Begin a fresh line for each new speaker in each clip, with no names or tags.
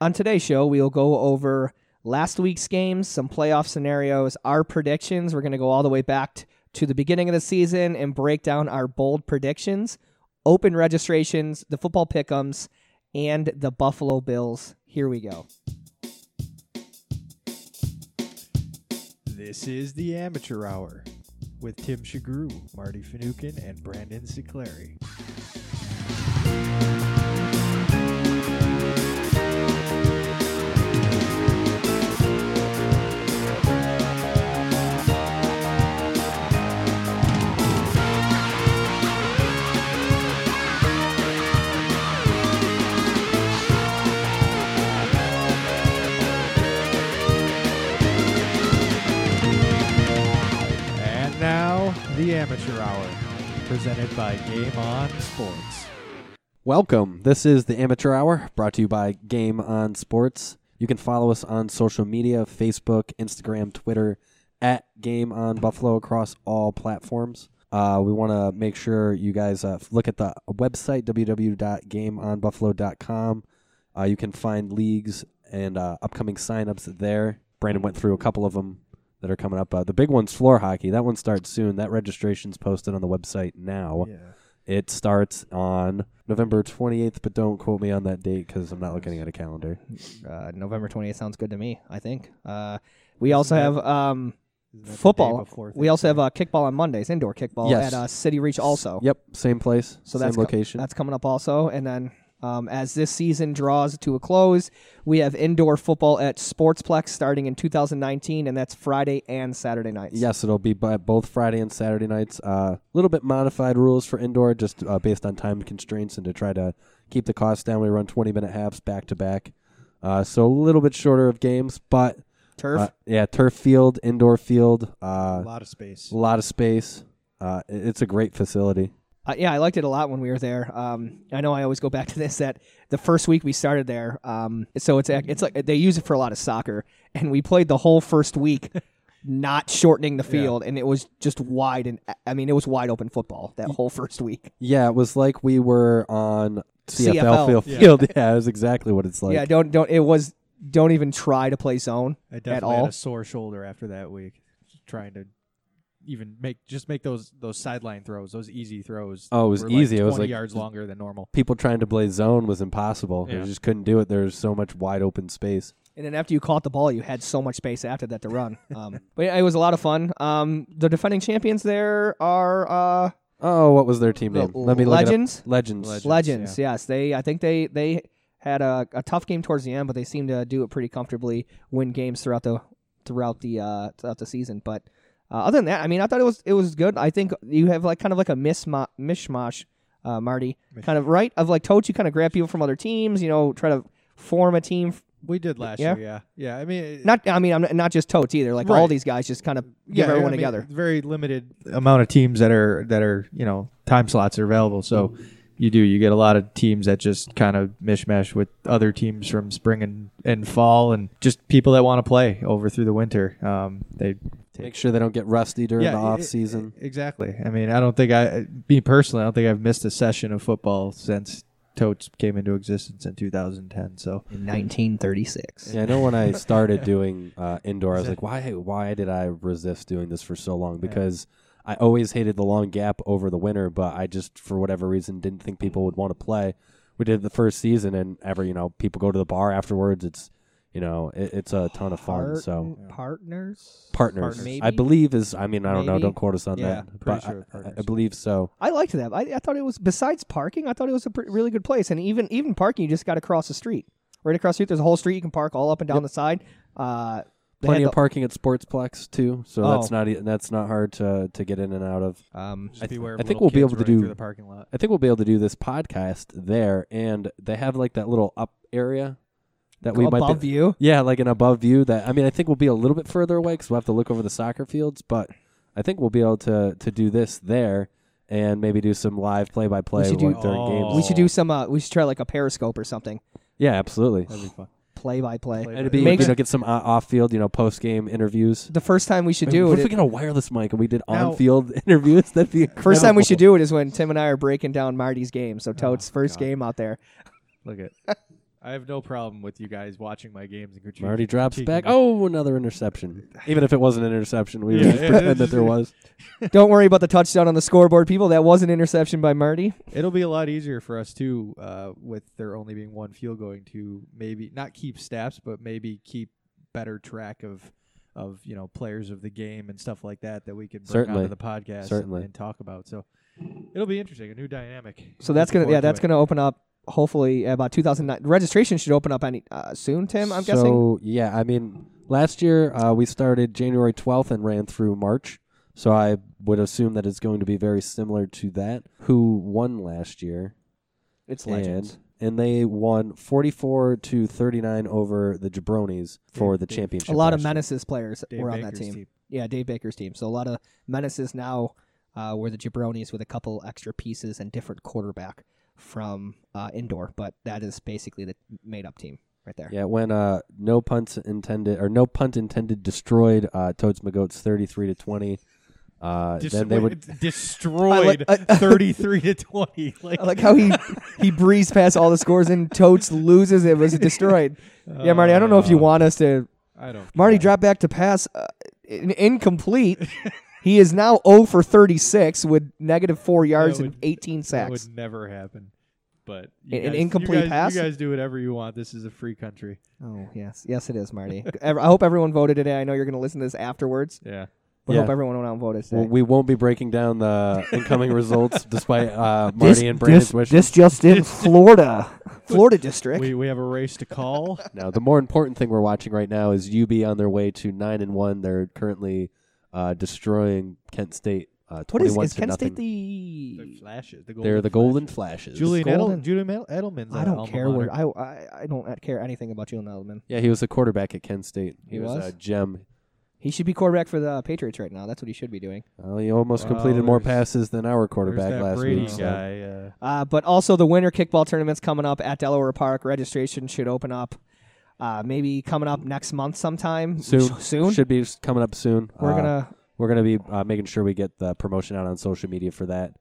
On today's show, we'll go over last week's games, some playoff scenarios, our predictions. We're going to go all the way back t- to the beginning of the season and break down our bold predictions, open registrations, the football pickums, and the Buffalo Bills. Here we go.
This is the Amateur Hour with Tim Shagru, Marty Finucane, and Brandon Sicleri. And now, the Amateur Hour, presented by Game On Sports.
Welcome. This is the Amateur Hour brought to you by Game On Sports. You can follow us on social media Facebook, Instagram, Twitter, at Game On Buffalo across all platforms. Uh, we want to make sure you guys uh, look at the website, www.gameonbuffalo.com. Uh, you can find leagues and uh, upcoming signups there. Brandon went through a couple of them that are coming up. Uh, the big one's floor hockey. That one starts soon. That registration's posted on the website now.
Yeah.
It starts on November 28th, but don't quote me on that date because I'm not looking at a calendar.
Uh, November 28th sounds good to me, I think. Uh, we also have um,
Isn't that the day
football.
before
We also have uh, kickball on Mondays, indoor kickball
Yes.
at uh, City Reach also.
Yep, same place,
So
same
that's co-
location.
That's coming up also. And then um, as this season draws to a close, we have indoor football at Sportsplex starting in 2019, and that's Friday and Saturday nights.
yes, it'll be by both Friday and Saturday nights. A little bit modified rules for indoor, just uh, based on time constraints and to try to keep the cost down. We run 20 minute halves back to back, Uh, so a little bit shorter of games, but
Turf.
uh, yeah, turf field, indoor field, uh,
A lot of space.
a lot of space. Uh, it- it's a great facility.
Uh, yeah, I liked it a lot when we were there. Um, I know I always go back to this that the first week we started there, um, so it's ac- it's like they use it for a lot of soccer, and we played the whole first week, not shortening the field, and it was just wide and I mean it was wide open football that whole first week.
Yeah, it was like we were on CFL,
CFL.
field.
Yeah.
field. Yeah, it was exactly what it's like.
yeah, don't don't it was don't even try to play zone
I definitely
at all.
had a sore shoulder after that week, trying to even make just make those those sideline throws, those easy throws.
Oh, it was
were
easy.
Like
It
20
was like-
yards longer than normal.
People trying to play zone was impossible. They
Yeah.
just couldn't do it. There's so much wide open space.
And then after you caught the ball, you had so much space after that to run. Um, but yeah, it was a lot of fun. Um, the defending champions there are uh,
Oh, what was their team
The
name? Let me
Legends?
look it up. Legends.
Legends.
Legends. Yes, they. I think they they had a, a tough game towards the end, but they seemed to do it pretty comfortably, win games throughout the throughout the uh, throughout the season. But uh, other than that, I mean, I thought it was it was good. I think you have like kind of like a misma- mishmash, uh, Marty, kind of right of like told you kind of grab people from other teams, you know, try to form a team
We did last
Yeah.
year. Yeah, yeah. I mean, it-
Not, I mean, I'm not, not just totes either. Like all
Right.
these guys, just kind of
yeah,
give everyone
I mean,
together.
Very limited amount of teams that are that are you know time slots are available. So you do you get a lot of teams that just kind of mishmash with other teams from spring and, and fall and just people that want to play over through the winter. Um, they
Make sure they don't get rusty during the
it-
off
it-
season.
exactly. I mean, I don't think I me personally, I don't think I've missed a session of football since Totes came into existence in 2010. So
1936.
Yeah, I know when I started doing uh, indoor, I was like, why why did I resist doing this for so long? Because I always hated the long gap over the winter, but I just for whatever reason didn't think people would want to play. We did the first season, and ever you know people go to the bar afterwards. It's you know it, it's a ton of fun. so
partners.
partners,
Maybe?
I believe is I mean I don't know.
Maybe?
Don't quote us on
Yeah,
that.
I'm pretty
but
sure
I-
it's
I, I
partners.
believe so.
I liked that. I, I thought it was besides parking. I thought it was a pretty, really good place. And even even parking, you just got to cross the street. Right across the street, there's a whole street you can park all up and down the side. Uh, they
Plenty
had
of parking at Sportsplex too, so that's
Oh.
not e- that's not hard to to get in and out of.
the, um,
just beware of
I think
little
we'll be
kids
able to
running
do-
through the parking lot.
I think we'll be able to do this podcast there, and they have like that little up area that we might
above
be.
you.
Yeah, like an above view. That I mean, I think we'll be a little bit further away because we'll have to look over the soccer fields, but I think we'll be able to to do this there and maybe do some live play by play
We should
during
do- Oh.
games.
We should do some. Uh, we should try like a periscope or something,
yeah, absolutely.
That'd be fun.
play by play.
Play-
And it'd be
Makes-
you know get some uh, off field you know post game interviews.
The first time we should do
what
it.
if we got a wireless mic and we did
Now-
on field interviews? That'd be incredible.
First time we should do it is when Tim and I are breaking down Marty's game. So Toad's first game out there.
Look at. I,
I have no problem with you guys watching my games and critiquing.
Marty drops
critiquing
back.
me.
Oh, another interception. Even if it wasn't an interception, we would
Yeah,
just
yeah,
pretend
it's
that there was.
Don't worry about the touchdown on the scoreboard, people. That was an interception by Marty.
It'll be a lot easier for us too, uh, with there only being one field going to maybe not keep stats, but maybe keep better track of of you know players of the game and stuff like that that we can bring
Certainly.
onto the podcast and-
Certainly.
And, talk about. So it'll be interesting, a new dynamic.
So that's
Looking
gonna yeah,
forward to
that's
it.
gonna open up hopefully uh, about 2009. Registration should open up any uh, soon, Tim. I'm
so,
guessing.
yeah, I mean, last year uh, we started January 12th and ran through March. So I would assume that it's going to be very similar to that. Who won last year?
It's
and,
legends.
and they won 44 to 39 over the Jabronis for
Dave-
the
Dave-
championship.
A lot of
last year.
menaces players
Dave
were on
Baker's
that team. Yeah, Dave Baker's team. So a lot of menaces now uh, were the jabronis with a couple extra pieces and different quarterback from uh, indoor, but that is basically the made up team right there.
Yeah, when uh, no punts intended or no punt intended destroyed uh, Toads McGoats 33 to 20. Uh,
Dis-
then they would
destroyed
I like- I-
thirty three to twenty. Like,
I like how he he breezed past all the scores and Totes loses. It was destroyed. Yeah, Marty, I don't know if you
Uh,
want us to.
I don't.
Marty
care.
dropped back to pass uh, in, incomplete. he is now 0 for 36 with negative four yards and
would-
18
That
sacks.
would never happen. But you
An- an
guys,
incomplete
you guys,
pass?
You guys do whatever you want. This is a free country.
Oh, yes. Yes, it is, Marty. Ev- I hope everyone voted today. I know you're going to listen to this afterwards.
Yeah.
But I hope
Yeah.
everyone went out and voted today.
Well, we won't be breaking down the incoming results despite uh, Marty and Brandon's wishes.
just in Florida. Florida district.
We we have a race to call.
No, the more important thing we're watching right now is UB on their way to nine and one. They're currently uh, destroying Kent State. Uh,
what is,
21
is
to
Kent
nothing.
State the.
flashes. The
They're the Golden Flashes.
Julian
Golden-
Edel, Julian Edel- Edelman's.
I
uh,
don't
alma
care
mater.
where. I, I, I don't care anything about Julian Edelman.
Yeah, he was a quarterback at Kent State. He,
He
was,
was?
a gem.
He should be quarterback for the Patriots right now. That's what he should be doing.
Well, he almost
Well,
completed more
there's-
passes than our
There's
quarterback
that
last
Brady
week. so-
guy. Uh,
Uh, but also the winter kickball tournament's coming up at Delaware Park. Registration should open up uh, maybe coming up next month sometime.
Soon,
S- soon.
should be s- coming up soon.
We're
Uh,
gonna
we're gonna be uh, making sure we get the promotion out on social media for that.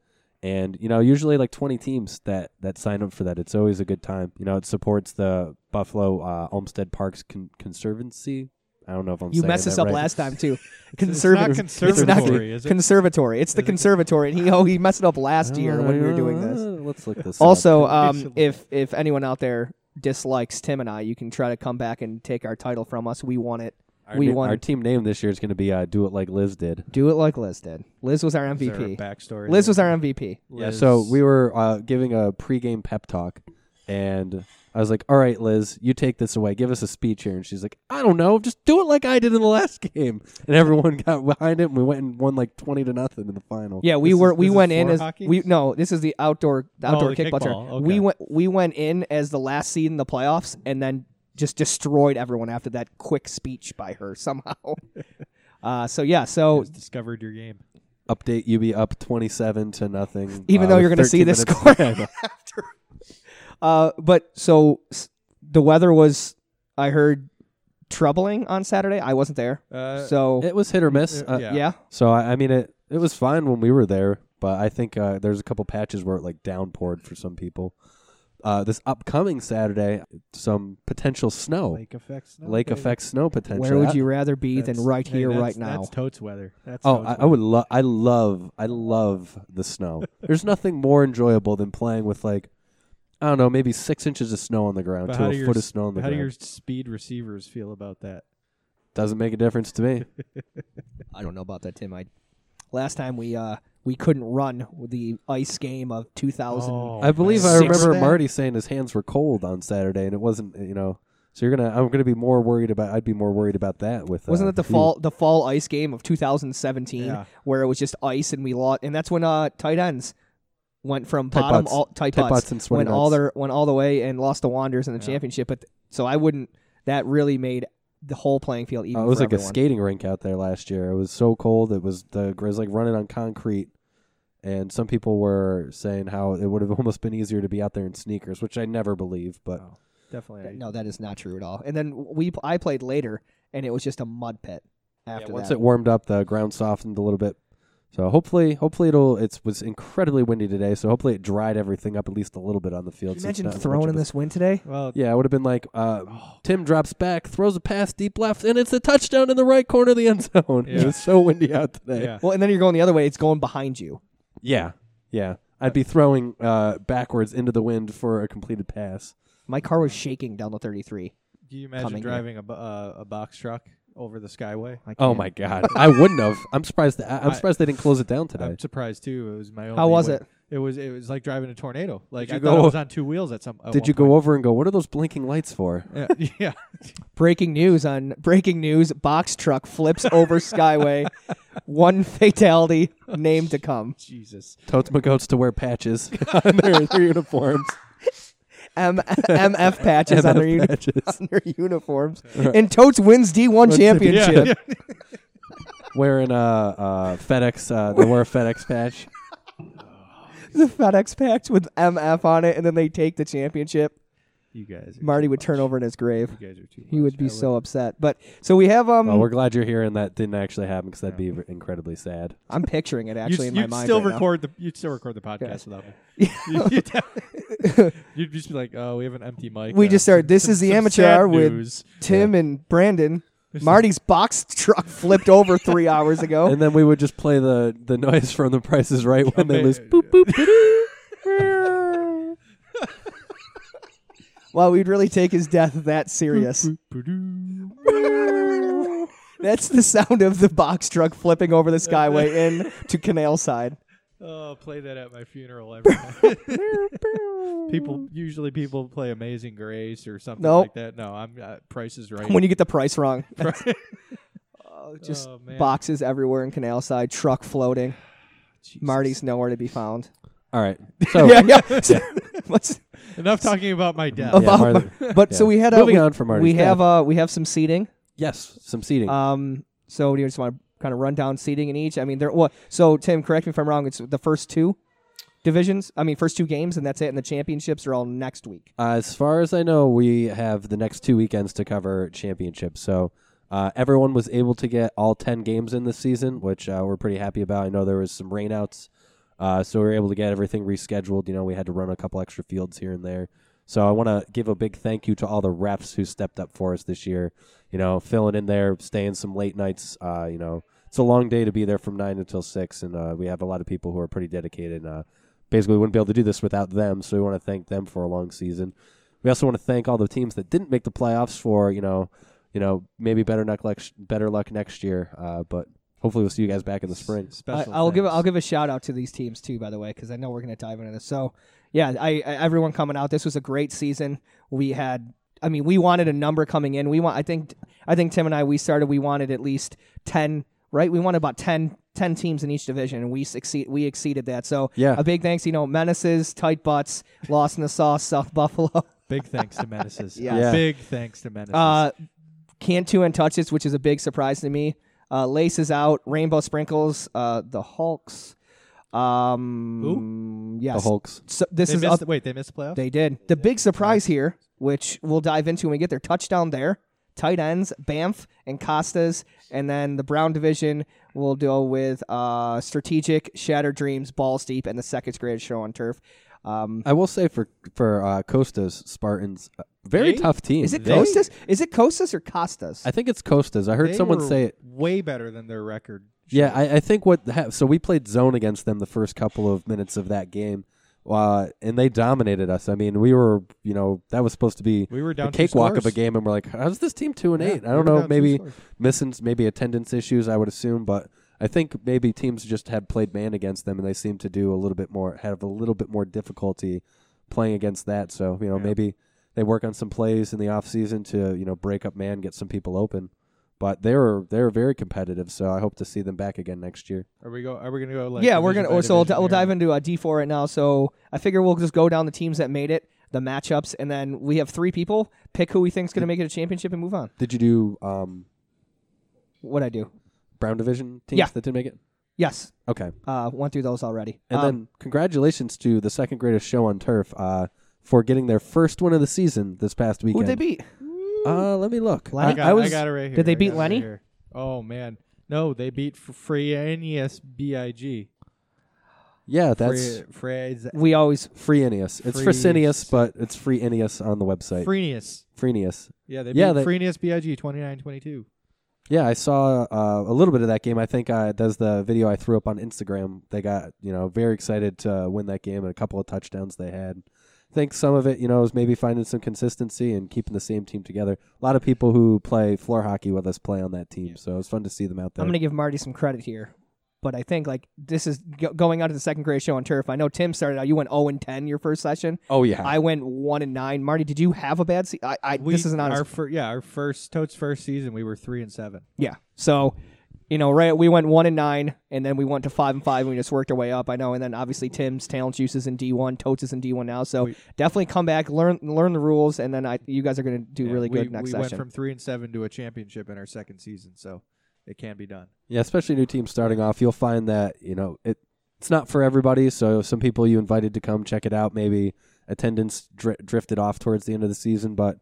And you know, usually like 20 teams that that sign up for that. It's always a good time. You know, it supports the Buffalo uh, Olmsted Parks Con- Conservancy. I don't know if I'm
you
saying
messed
that
us up
right.
last time too.
it's not
Conservative.
conservatory, is it?
conservatory. It's the conservatory, and he oh he messed it up last year when we were doing
Uh,
this.
Let's look this up.
Also,
It's
um,
a-
if if anyone out there dislikes Tim and I, you can try to come back and take our title from us. We want it.
our,
we
na-
won.
our team name this year is going to be uh, "Do It Like Liz Did."
Do it like Liz did. Liz was our
Is there a
MVP.
Backstory.
Liz was our MVP.
Yeah, so we were uh, giving a pregame pep talk, and I was like, "All right, Liz, you take this away. Give us a speech here." And she's like, "I don't know. Just do it like I did in the last game." And everyone got behind it, and we went and won like twenty to nothing in the final.
Yeah, we
This
were
is-
we
this is
went in
floor
as
hockey?
we no, this is the outdoor the
Oh, the
outdoor
kickball,
kickball tournament. We
okay.
went we went in as the last seed in the playoffs and then just destroyed everyone after that quick speech by her somehow. uh, so yeah, so
Just discovered your game.
Update UB up twenty-seven to nothing.
even
uh,
though
with
you're going to see
13
this
minutes
score
left.
after. Uh, but so s- the weather was I heard troubling on Saturday. I wasn't there.
Uh,
so
it was hit or miss.
Uh,
Uh,
yeah.
yeah.
So I, I mean, it it was fine when we were there, but I think uh, there's a couple patches where it like downpoured for some people. Uh, this upcoming Saturday, some potential snow, lake,
lake effects. No, baby.
effect snow potential.
Where would
I-
you rather be than
That's-
right
hey,
here
that's-
right now?
That's totes weather. That's
Oh,
totes
I, I
weather.
would love. I love. I love the snow. There's nothing more enjoyable than playing with like, I don't know, maybe six inches of snow on the ground
But
to
how
a
do your
foot of
s-
snow on the
How do
ground.
your speed receivers feel about that?
Doesn't make a difference to me.
I don't know about that, Tim. I last time we uh we couldn't run with the ice game of 2000.
Oh,
I believe I
Six
remember
then?
Marty saying his hands were cold on Saturday, and it wasn't. You know, so you're gonna. I'm gonna be more worried about. I'd be more worried about that with.
Wasn't
uh,
that the
who-
fall the fall ice game of 2017
Yeah.
where it was just ice and we lost and that's when uh tight ends went from
Tight
bottom
butts.
all tight,
Tight
butts,
butts and sweaty
went all
nuts.
their went all the way and lost the Wanderers in the
Yeah.
championship but so I wouldn't that really made the whole playing field even
Uh, it was
for
like a
everyone.
skating rink out there last year. It was so cold. It was the it was like running on concrete, and some people were saying how it would have almost been easier to be out there in sneakers, which I never believe. But
Oh, definitely.
No, that is not true at all. And then we I played later and it was just a mud pit after
once
that.
it warmed up, the ground softened a little bit. So hopefully, hopefully it'll. It was incredibly windy today, so hopefully it dried everything up at least a little bit on the
Can
field.
you
so it's
imagine
not much
throwing
of
in
a-
this Oh. wind today?
Well,
Yeah, it would have been like uh, Tim drops back, throws a pass deep left, and it's a touchdown in the right corner of the end zone.
Yeah.
It was so windy out today.
yeah.
Well, and then you're going the other way. It's going behind you.
Yeah, yeah. I'd be throwing uh, backwards into the wind for a completed pass.
My car was shaking down the 33.
Do you
imagine
imagine
Coming here.
driving
driving
a uh, a box truck over the Skyway?
I
Oh
can't.
my god, I wouldn't have. I'm surprised. That, I'm
I-
surprised they didn't close it down today.
I'm surprised too. It was my. Only
How was
way-
it?
It was it was like driving a tornado. Like
Did
I
you
thought
go-
it was on two wheels at some. At
Did you go over and go? What are those blinking lights for?
go? Yeah. yeah.
Breaking news on breaking news: box truck flips over Skyway. One fatality named to come.
Jesus.
Totes my goats to wear patches on their, their uniforms.
M- MF patches on, their
MF
uni-
patches.
on their uniforms. And Totes wins D1
Yeah.
championship.
Wearing a uh, uh, FedEx. Uh, they wore a FedEx patch.
The FedEx patch with MF on it, and then they take the championship.
you guys. Are
Marty
too
would turn
much.
over in his grave.
You guys are too.
He
much.
would
I
be so upset. But so we have um.
Well, we're glad you're here, and that didn't actually happen because that'd be r- incredibly sad.
I'm picturing it
You'd,
actually in my
you'd
mind.
still
right now.
record the you'd still record the podcast without me. You'd, you'd have- you'd just be like, "Oh, we have an empty mic."
We
now.
just started. This
Some-
is the
some
amateur
sad
hour with
news.
Tim and Brandon. Marty's box truck flipped over three hours ago.
And then we would just play the the noise from The Price is Right when they
Okay.
lose. Boop boop.
Well, we'd really take his death that serious. That's the sound of the box truck flipping over the skyway in to Canal Side.
Oh, play that at my funeral every time. people usually people play Amazing Grace or something
Nope.
like that. No, I'm uh, Price is Right.
When you get the price wrong, Oh, just
Oh, man.
boxes everywhere in Canal Side, truck floating. Marty's nowhere to be found.
All right. So
yeah, yeah. What's-
Enough talking about my death.
about-
Marty-
but so
Yeah.
we had a,
Moving
we,
on from Marty's
we
death.
have uh we have some seating.
yes, some seating.
Um, so do you just want to kind of run down seating in each? I mean, there. Well, so Tim, correct me if I'm wrong. It's the first two divisions. I mean, first two games, and that's it. And the championships are all next week.
As far as I know, we have the next two weekends to cover championships. So uh, everyone was able to get all 10 games in this season, which uh, we're pretty happy about. I know there was some rainouts, uh, so we were able to get everything rescheduled. You know, we had to run a couple extra fields here and there. So I want to give a big thank you to all the refs who stepped up for us this year. You know, filling in there, staying some late nights. Uh, you know, it's a long day to be there from nine until six, and uh, we have a lot of people who are pretty dedicated. And, uh, basically, we wouldn't be able to do this without them. So we want to thank them for a long season. We also want to thank all the teams that didn't make the playoffs for you know, you know, maybe better luck, lex- better luck next year. Uh, but hopefully, we'll see you guys back in the spring.
I,
Special
I'll give
thanks.
I'll give a shout out to these teams too, by the way, because I know we're going to dive into this. So, yeah, I, I everyone coming out. This was a great season. We had. I mean, we wanted a number coming in. We want. I think. I think Tim and I we started. We wanted at least ten. Right. We wanted about 10, 10 teams in each division, and we succeed. We exceeded that. So
Yeah.
a big thanks. You know, menaces, tight butts, lost in the sauce, South Buffalo.
Big thanks to Menaces.
Yes.
Yeah.
Big thanks to Menaces.
Uh, Cantu and Touches, which is a big surprise to me. Uh, Lace is out. Rainbow Sprinkles. Uh, the Hulks. Um, Yes.
The Hulks.
So this
they
is
missed.
up.
the- wait, they missed the playoffs.
they did the big surprise here, which we'll dive into when we get their touchdown there. Tight ends, Banff and Costas, and then the Brown division will deal with uh, strategic, Shattered Dreams, Balls Deep, and the second grade show on turf. Um,
I will say for for uh, Costas Spartans, uh, very
They-
tough team.
is it
They-
Costas? Is it Costas or Costas?
I think it's Costas. I heard
They
someone
were
say it.
way better than their record.
Yeah, I, I think what ha- so we played zone against them the first couple of minutes of that game, uh, and they dominated us. I mean, we were you know that was supposed to be
We were
the
down two
cakewalk of a
scores.
game, and we're like, how's this team two and
Yeah,
eight?
we
I
were
don't know,
down two
maybe
scores.
missing maybe attendance issues. I would assume, but I think maybe teams just had played man against them, and they seem to do a little bit more have a little bit more difficulty playing against that. So you know
Yeah.
maybe they work on some plays in the off season to you know break up man, get some people open. But they were they were very competitive, so I hope to see them back again next year.
Are we go? Are we gonna go? Like,
yeah, we're
division
gonna.
by
oh, so we'll, di-
division
we'll
here?
dive into uh, D four right now. So I figure we'll just go down the teams that made it, the matchups, and then we have three people pick who we think's gonna make it a championship and move on.
Did you do um,
What I do?
Brown Division teams
Yeah.
that didn't make it?
Yes,
Okay.
uh, went through those already.
And
Um,
then congratulations to the second greatest show on turf uh, for getting their first win of the season this past weekend.
who'd they beat?
Uh, let me look.
Lenny?
I,
I got,
I
I
was
got it right here.
Did they
I
beat
got it right
Lenny?
here. oh man,
No, they beat F- Frenius Big.
Yeah, that's
Fres
We always
free Frenius. It's
Free-
Fresenius, but it's free Frenius on the website. E
Frenius.
Frenius.
Yeah, they
Yeah,
beat
they-
Frenius Big twenty nine twenty two.
Yeah, I saw uh, a little bit of that game. I think I, that's the video I threw up on Instagram. They got you know very excited to win that game and a couple of touchdowns they had. I think some of it you know is maybe finding some consistency and keeping the same team together. A lot of people who play floor hockey with us play on that team, so it's fun to see them out there.
I'm going to give Marty some credit here, but I think like this is go- going out to the second grade show on turf. I know Tim started out. You went 0 and 10 your first session.
oh yeah,
I went one and nine. Marty, did you have a bad season? I, I this is an honest.
our fir- yeah our first Toad's first season. We were three and seven.
yeah. So, you know, right? We went one and nine, and then we went to five and five, and we just worked our way up. I know, and then obviously Tim's talent juice is in D one, Totes is in D one now. So definitely come back, learn learn the rules, and then I you guys are going to do really
we,
good next
we
session.
went from three and seven to a championship in our second season, so it can be done.
Yeah, especially new teams starting off, you'll find that you know it. It's not for everybody. So some people you invited to come check it out, maybe attendance dri- drifted off towards the end of the season, but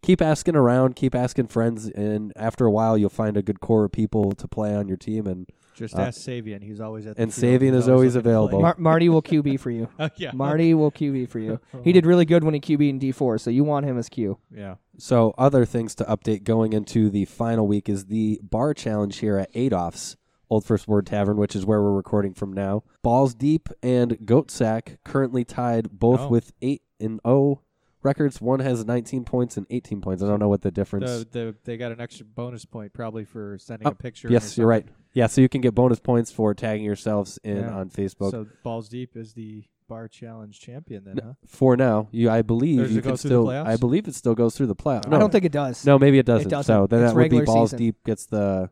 keep asking around, keep asking friends, and after a while, you'll find a good core of people to play on your team. And
Just
Uh,
ask Savian; he's always at. The
and
field.
Savian
He's
is always
looking to
available.
play.
Mar- Marty will QB for you.
Uh, yeah,
Marty will QB for you. He did really good when he QB in D four, so you want him as Q.
yeah.
so other things to update going into the final week is the bar challenge here at Adolph's Old First Word Tavern, which is where we're recording from now. Balls Deep and Goat Sack currently tied both
Oh.
with eight and O records. One has 19 points and 18 points. I don't know what the difference.
The, the, they got an extra bonus point probably for sending
Oh,
a picture. or
yes, you're right.
something.
Yeah, so you can get bonus points for tagging yourselves in
Yeah.
on Facebook.
So balls deep is the bar challenge champion then, huh?
for now, you I believe
Does
you
it go
can
through the
still.
playoffs?
I believe it still goes through the playoffs.
I
No,
don't think it does.
No, maybe it doesn't. So
doesn't.
then
It's
that would be
regular
balls
season.
deep gets the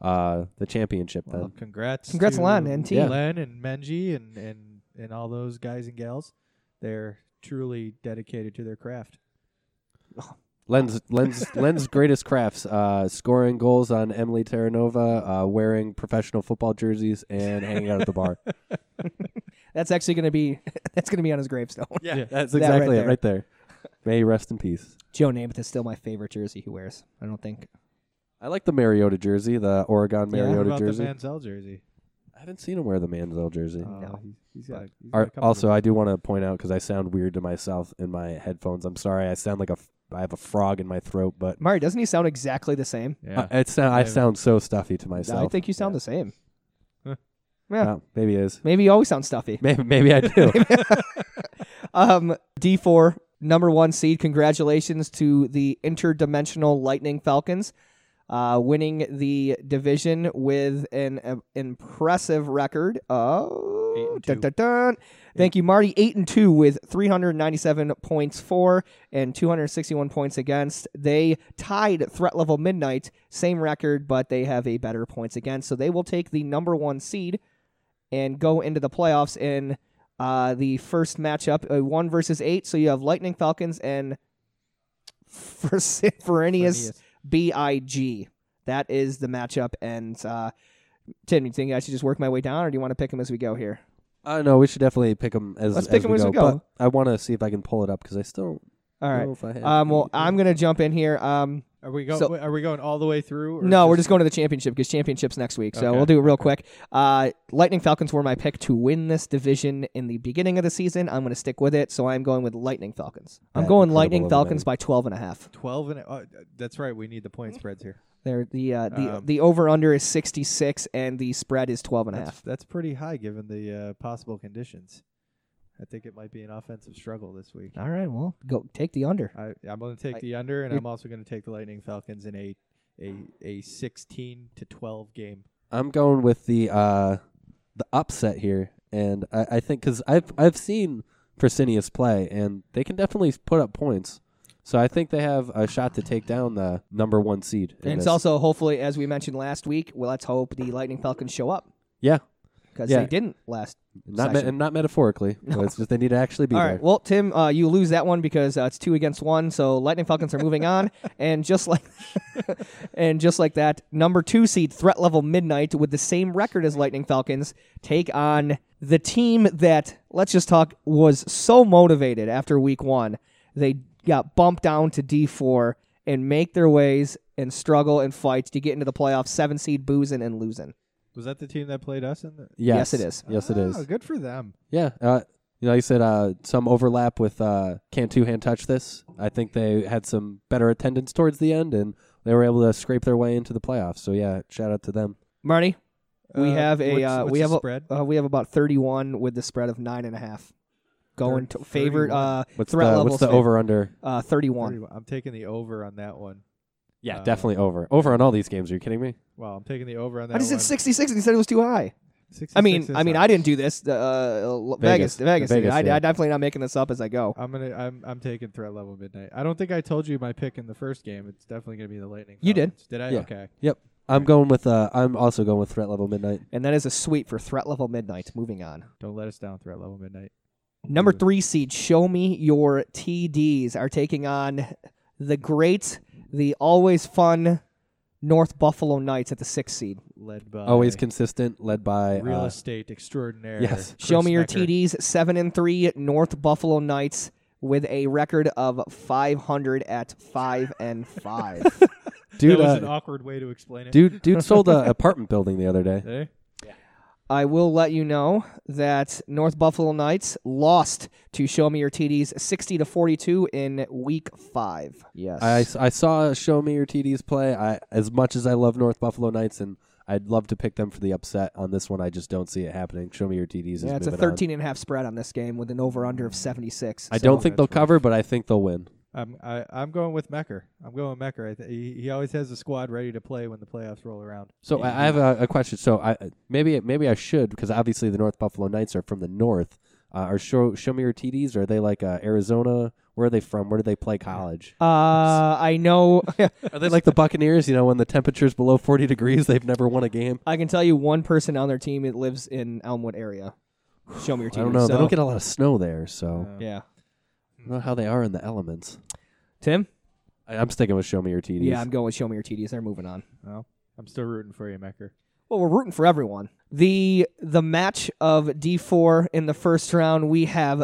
uh the championship
Well,
then.
congrats.
Congrats,
to
Len and team.
Len and Menji and, and and all those guys and gals. They're truly dedicated to their craft.
Len's Len's Len's greatest crafts: uh, scoring goals on Emily Terranova, uh, wearing professional football jerseys, and hanging out at the bar.
That's actually going to be that's going to be on his gravestone.
Yeah.
that's
That right
exactly
there.
it, right there. May he rest in peace.
Joe Namath is still my favorite jersey he wears. I don't think
I like the Mariota jersey, the Oregon
Yeah.
What
Mariota
about
jersey.
the Manziel jersey?
I haven't seen him wear the Manziel jersey.
Oh,
No.
he's- he's got, he's got a
Ar-
couple
also,
of-
I do want to point out because I sound weird to myself in my headphones. I'm sorry. I sound like a f- I have a frog in my throat, but
Mari doesn't he sound exactly the same?
yeah.
I, it sound, I
Yeah.
sound so stuffy to myself.
I think you sound the same.
Huh.
Yeah,
Oh, maybe it is.
maybe you always sound stuffy.
Maybe, maybe I do.
Um, D four number one seed. Congratulations to the interdimensional Lightning Falcons, uh, winning the division with an uh, impressive record of.
Eight and
Dun,
two.
dun, dun. Thank you, Marty. Eight and two with 397 points for and 261 points against. They tied threat level midnight, same record, but they have a better points against. So they will take the number one seed and go into the playoffs in uh, the first matchup, uh, one versus eight. So you have Lightning Falcons and Fres- Ferenius
Frenius.
Big. That is the matchup. And uh, Tim, you think I should just work my way down, or do you want to pick them as we go here?
I don't know. Uh, We should definitely pick them as
Let's pick
as
'em
we
as
go.
we go.
But I want to see if I can pull it up because I still
All
don't
right.
know if I have.
Um, well,
the-
I'm gonna jump in here. Um,
Are we going?
So-
are we going all the way through? or
no, we're just going to the championship because championships next week, so
Okay,
we'll do it real quick. Uh, Lightning Falcons were my pick to win this division in the beginning of the season. I'm gonna stick with it, so I'm going with Lightning Falcons. I'm
That
going
incredible
Lightning
overmatch.
Falcons by 12 and a half.
twelve and uh, that's right. We need the
Mm-hmm.
point spreads here.
They're the uh, the
Um,
the over under is 66 and the spread is 12 and a
That's
half.
that's pretty high given the uh, possible conditions. I think it might be an offensive struggle this week.
All right, well, go take the under.
I, I'm going to take
I-
the under, and
you're-
I'm also going to take the Lightning Falcons in a a a 16 to 12 game.
I'm going with the uh, the upset here, and I, I think because I've I've seen Fresenius play, and they can definitely put up points. So I think they have a shot to take down the number one seed. in
And it's
this.
also hopefully, as we mentioned last week, well, let's hope the Lightning Falcons show up
yeah,
because
Yeah.
they didn't last
not me-
Session.
and not metaphorically. but it's just they need to actually be
All
there.
right. Well, Tim, uh, you lose that one because uh, it's two against one. So Lightning Falcons are moving on, and just like, and just like that, number two seed Threat Level Midnight with the same record as Lightning Falcons take on the team that let's just talk was so motivated after Week One. They got bumped down to D four and make their ways and struggle and fight to get into the playoffs, seven seed boozing and losing.
Was that the team that played us in the?
Yes, it is.
Yes, it is.
Oh, Good for them.
Yeah. Uh, you know, you said uh, some overlap with uh, Can't Two Hand Touch This. I think they had some better attendance towards the end, and they were able to scrape their way into the playoffs. So yeah, shout out to them.
Marty, We have a,
what's-
uh,
what's
we
the
have a-
spread.
uh, we have about thirty-one with the spread of nine and a half, going to
Thir-
favorite
31.
uh,
What's
threat
the,
level.
what's the over under?
Uh, thirty-one.
31. I'm taking the over on that one.
Yeah,
Uh,
definitely over. Over on all these games. Are you kidding me?
Well, I'm taking the over on that.
I just
one.
said sixty-six, and he said it was too high.
66
I mean,
is
I mean,
high.
I didn't do this. The, uh, Vegas,
Vegas.
the Vegas.
The Vegas,
I,
yeah.
I definitely not making this up as I go.
I'm gonna. I'm. I'm taking threat level midnight. I don't think I told you my pick in the first game. It's definitely gonna be the lightning.
You did.
Falcons. Did I?
Yeah.
Okay.
Yep. I'm going with. Uh, I'm also going with threat level midnight.
And that is a sweep for threat level midnight. Moving on.
Don't let us down. Threat level midnight.
Mm.
Number three seed, Show Me Your TDs are taking on the great, the always fun North Buffalo Knights at the sixth seed.
Led by
Always consistent, led by.
real
Uh,
estate extraordinaire.
yes.
Chris
Show Me Your
Becker.
TDs, seven and three North Buffalo Knights with a record of 500 at five and five.
dude.
that was an
Uh,
awkward way to explain it.
dude. Dude sold an apartment building the other day.
Eh?
I will let you know that North Buffalo Knights lost to Show Me Your TDs 60 to 42 in week five. Yes.
I, I saw Show Me Your TDs play. I as much as I love North Buffalo Knights, and I'd love to pick them for the upset on this one. I just don't see it happening. Show Me Your TDs. is
yeah, it's a
moving on.
13 and a half spread on this game with an over under of 76.
I
So-
don't think
that's
they'll
rough.
cover, but I think they'll win.
I'm. I, I'm going with Mecker. I'm going with Mecker. I th- he, he always has a squad ready to play when the playoffs roll around.
So I, I have a, a question. So I maybe maybe I should because obviously the North Buffalo Knights are from the north. Uh, are show show me your TDs? Are they like uh, Arizona? Where are they from? Where do they play college?
Uh, I know.
Are they like the Buccaneers? You know, when the temperature's below forty degrees, they've never won a game.
I can tell you one person on their team that lives in Elmwood area. Show me your
I
team.
don't know.
So,
They don't get a lot of snow there, so
Uh,
yeah.
I don't know how they are in the elements.
Tim?
I, I'm sticking with show me your TDs.
Yeah, I'm going with Show Me Your TDs. They're moving on.
Well, I'm still rooting for you, Mecker.
Well, we're rooting for everyone. The the match of D4 in the first round, we have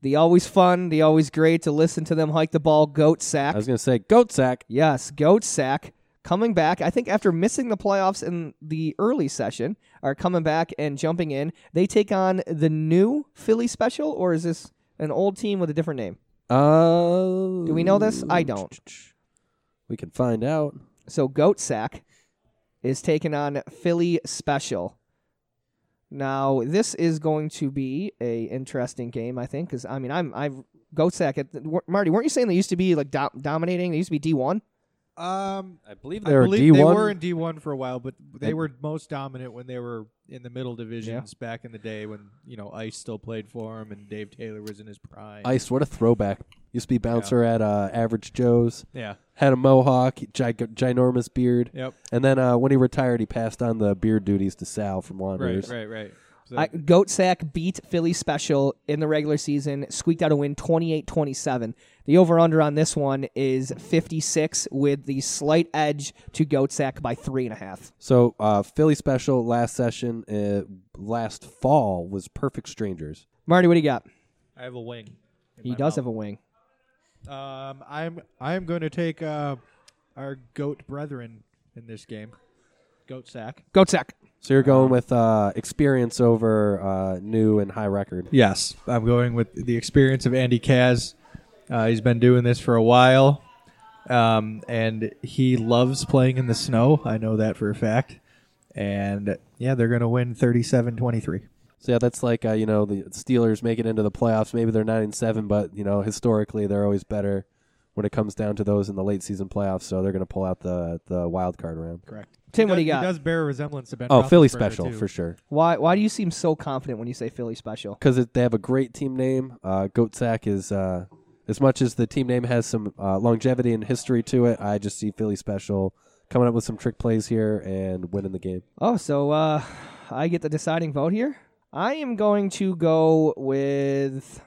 the always fun, the always great to listen to them hike the ball, Goat Sack.
I was gonna say goat sack.
Yes, Goat Sack coming back. I think after missing the playoffs in the early session, are coming back and jumping in. They take on the new Philly special, or is this an old team with a different name?
Uh,
Do we know this? I don't.
We can find out.
So Goat Sack is taking on Philly Special. Now this is going to be a interesting game, I think, because I mean I'm I've Goat Sack. At the, Marty, weren't you saying they used to be like do- dominating? They used to be D one.
Um,
I believe
I
they're
believe
D
They were
one.
in D one for a while, but they
And-
were most dominant when they were in the middle divisions back in the day when you know Ice still played for him and Dave Taylor was in his prime.
Ice, what a throwback! Used to be bouncer at uh, Average Joe's.
yeah,
Had a mohawk, gig- ginormous beard,
yep,
and then uh, when he retired, he passed on the beard duties to Sal from
right,
Wanderers.
right, right. So,
I, Goat Sack beat Philly Special in the regular season, squeaked out a win 28-27. The over/under on this one is 56, with the slight edge to Goat Sack by three and a half.
So uh, Philly special last session, uh, last fall was Perfect Strangers.
Marty, what do you got?
I have a wing. in
He
my
does
mouth.
have a wing.
Um, I'm I'm going to take uh, our goat brethren in this game, goat sack.
Goat Sack. Uh-huh.
So you're going with uh, experience over uh, new and high record.
Yes, I'm going with the experience of Andy Kaz. Uh, he's been doing this for a while, um, and he loves playing in the snow. I know that for a fact. And yeah, they're going to win 37-23.
So yeah, that's like uh, you know the Steelers make it into the playoffs. Maybe they're nine and seven, but you know historically they're always better when it comes down to those in the late season playoffs. So they're going to pull out the the wild card round.
Correct.
Tim, what do you
He
got?
does bear a resemblance to Ben.
Oh, Philly
Roethlisberger,
special
too.
for sure
Why why do you seem so confident when you say Philly special?
because they have a great team name. Uh, Goat Sack is uh, as much as the team name has some uh, longevity and history to it. I just see Philly special coming up with some trick plays here and winning the game.
Oh, so uh I get the deciding vote here. I am going to go with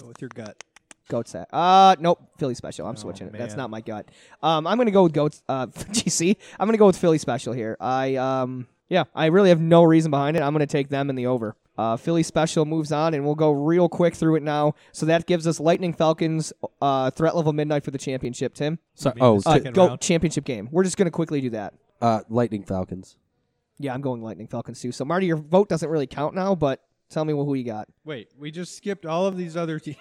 Go with your gut.
Goat Sack. Uh nope, Philly special. I'm
Oh,
switching it. That's
man.
not my gut. Um I'm gonna go with Goat uh GC. I'm gonna go with Philly special here. I um yeah, I really have no reason behind it. I'm gonna take them in the over. Uh, Philly special moves on, and we'll go real quick through it now. So that gives us Lightning Falcons uh, threat level midnight for the championship. Tim,
So,
mean,
oh,
this-
uh,
Second
go
round.
championship game. We're just gonna quickly do that.
uh, Lightning Falcons.
Yeah, I'm going Lightning Falcons too. So Marty, your vote doesn't really count now, but tell me who you got.
Wait, we just skipped all of these other teams.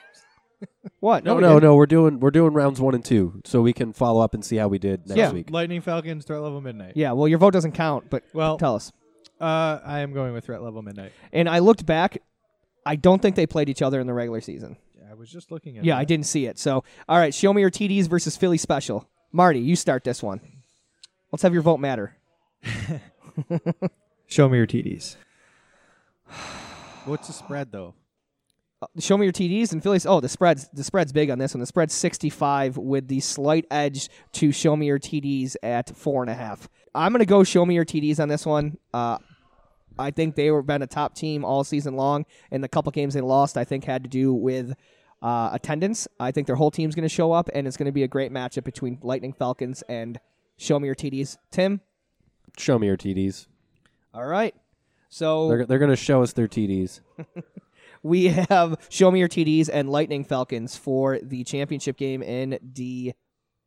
What?
No,
we
no,
didn't.
no. We're doing we're doing rounds one and two, so we can follow up and see how we did next
Yeah.
week.
Lightning Falcons, Threat Level Midnight.
Yeah, well, your vote doesn't count, but
Well-
tell us.
Uh, I am going with Threat Level Midnight.
And I looked back. I don't think they played each other in the regular season.
I was just looking at.
Yeah,
that.
I didn't see it. So, all right, show me your TDs versus Philly special. Marty, you start this one. Let's have your vote matter.
Show me your TDs.
What's the spread though?
Uh, Show me your TDs and Phillies. Oh, the spreads. The spread's big on this one. The spread's 65 with the slight edge to show me your TDs at four and a half. I'm gonna go show me your TDs on this one. Uh, I think they were been a top team all season long, and the couple games they lost, I think, had to do with uh, attendance. I think their whole team's gonna show up, and it's gonna be a great matchup between Lightning Falcons and show me your TDs. Tim.
Show me your TDs.
All right. So
They're they're gonna show us their TDs.
we have Show Me Your TDs and Lightning Falcons for the championship game in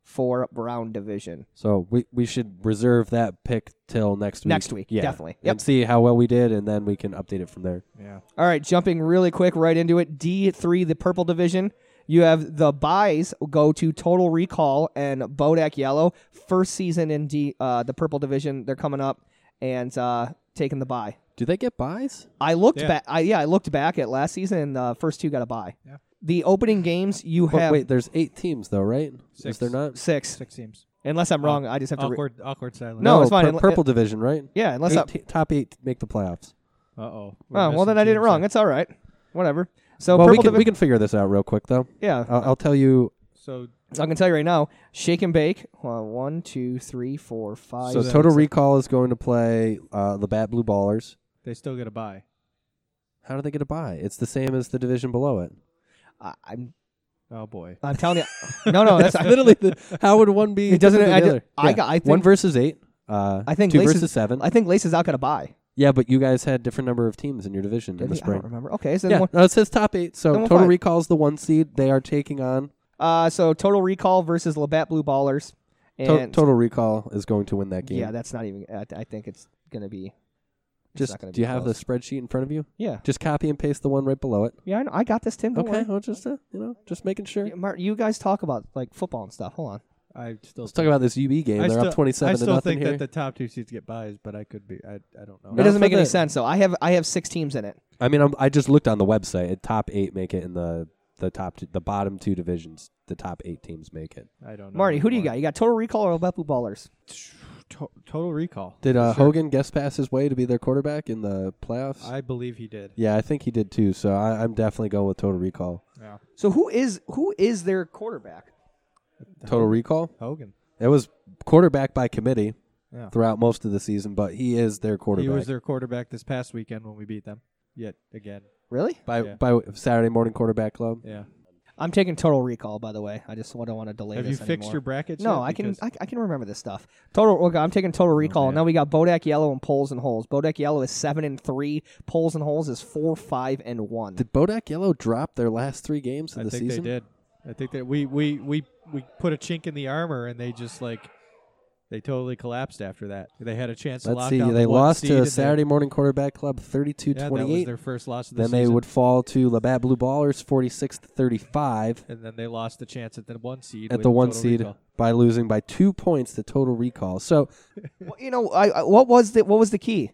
D4 Brown Division.
So we, we should reserve that pick till next week.
Next week,
yeah,
definitely. Yep.
and see how well we did, and then we can update it from there.
Yeah.
All right, jumping really quick right into it. D3, the Purple Division. You have the buys go to Total Recall and Bodak Yellow. First season in D, uh, the Purple Division. They're coming up and uh, taking the buy.
Do they get buys?
I looked
Yeah.
back. I, yeah, I looked back at last season, and the first two got a buy.
Yeah.
The opening games you
But
have
wait, there's eight teams though, right? Is
Six.
there not?
six,
Six teams.
unless I'm wrong. I just have to. Re-
Uh, Awkward, awkward silence.
No, it's fine.
pur-
It-
purple division, right?
yeah, unless
Eight
I'm,
te- top eight make the playoffs.
Uh oh.
Oh, well, then I did it wrong. It's all right. Whatever. So
well, we
purple
can,
divi-
we
Uh-huh.
can uh, figure this out real quick though.
yeah,
I'll, I'll tell you.
So
I can tell you right now. Shake and bake. Uh, one, two, three, four, five.
So
that
Total
makes sense.
Recall is going to play uh, the Bat Blue Ballers.
they still get a buy.
How do they get a buy? It's the same as the division below it.
I, I'm
Oh boy.
I'm telling you. no, no, that's I,
Literally, the, how would one be?
It doesn't-
different
I
than the
ju-
other?
I got- I
one
think-
versus eight. Uh,
I think
two
Laces-
versus seven.
I think Laces out got a buy.
Yeah, but you guys had different number of teams in your division in
Did
the
he? I don't
spring.
remember. Okay, so then
Yeah,
one-
no, it says top eight. So
Then we're
Total
fine.
Recall's the one seed. They are taking on
uh, so total recall versus Labatt Blue Ballers. And
to- Total Recall is going to win that game.
yeah, that's not even. I, I think it's gonna be. it's
just
not gonna
do you
be
have the
close.
spreadsheet in front of you?
Yeah,
Just copy and paste the one right below it.
yeah, I, know. I got this, Tim. Don't
okay,
worry.
well, just uh, you know, just making sure.
Yeah, Mark, you guys talk about like football and stuff. Hold on.
I still.
Let's talk about this UB game.
I
They're
still,
up twenty-seven
I
to
still
nothing
think
here.
that the top two seeds get buys, but I could be. I, I don't know.
It
No.
doesn't make
for
any
the-
sense. though. I have I have six teams in it.
I mean, I'm, I just looked on the website. It, top eight make it in the the top two, the bottom two divisions. The top eight teams make it.
I don't know.
Marty, who do you
anymore.
got? You got Total Recall or Labatt Blue Ballers?
To- total Recall.
Did uh,
Sure.
Hogan guest pass his way to be their quarterback in the playoffs?
I believe he did.
yeah, I think he did too. So I, I'm definitely going with Total Recall.
Yeah.
So who is who is their quarterback?
Total Recall.
Hogan.
It was quarterback by committee
Yeah.
throughout most of the season, but he is their
He
quarterback.
was their quarterback this past weekend when we beat them. Yet again.
Really?
by
yeah.
by Saturday morning quarterback club.
Yeah.
I'm taking Total Recall, by the way. I just don't want to delay
Have you
this
fixed
anymore.
your brackets?
no,
yet?
I can
Because- Oh,
I, I can remember this stuff. Total. Okay, I'm taking Total Recall.
man.
now we got Bodak Yellow and Poles and Holes. Bodak Yellow is seven and three. Poles and Holes is four, five, and one.
Did Bodak Yellow drop their last three games of
I
the
think
season?
they did. I think that we we we we put a chink in the armor, and they just like they totally collapsed after that. They had a chance to
Let's
lock
see.
down.
They
the one
lost
seed,
to
and they-
Saturday morning quarterback club 32
Yeah, that
28.
was their first loss of the
Then they
season.
would fall to Labatt Blue Ballers 46 to 35
and then they lost the chance at the one seed.
at
with
the one
Total
seed
Recall.
by losing by two points to Total Recall. So,
Well, you know, I, I- what was the what was the key?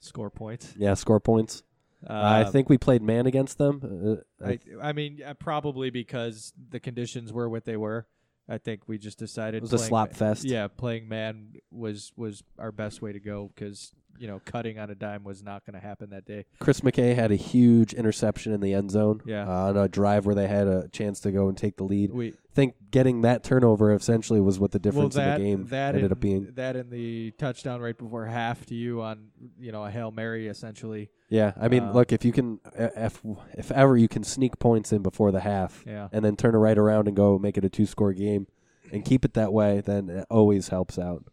score points.
yeah, score points.
Uh,
I think we played man against them. Uh,
I, I mean, uh, probably because the conditions were what they were. I think we just decided
It was a
playing
slop
ma-
fest.
Yeah, playing man was was our best way to go because you know cutting on a dime was not going to happen that day.
Chris McKay had a huge interception in the end zone
Yeah.
uh, on a drive where they had a chance to go and take the lead.
We
I think getting that turnover essentially was what the difference
well, that,
in the game
that
ended
and,
up being.
That and the touchdown right before half to you on you know a hail mary essentially.
Yeah, I mean,
Uh,
look, if you can, e, if if ever you can sneak points in before the half,
Yeah.
and then turn it right around and go make it a two score game, and keep it that way, then it always helps out.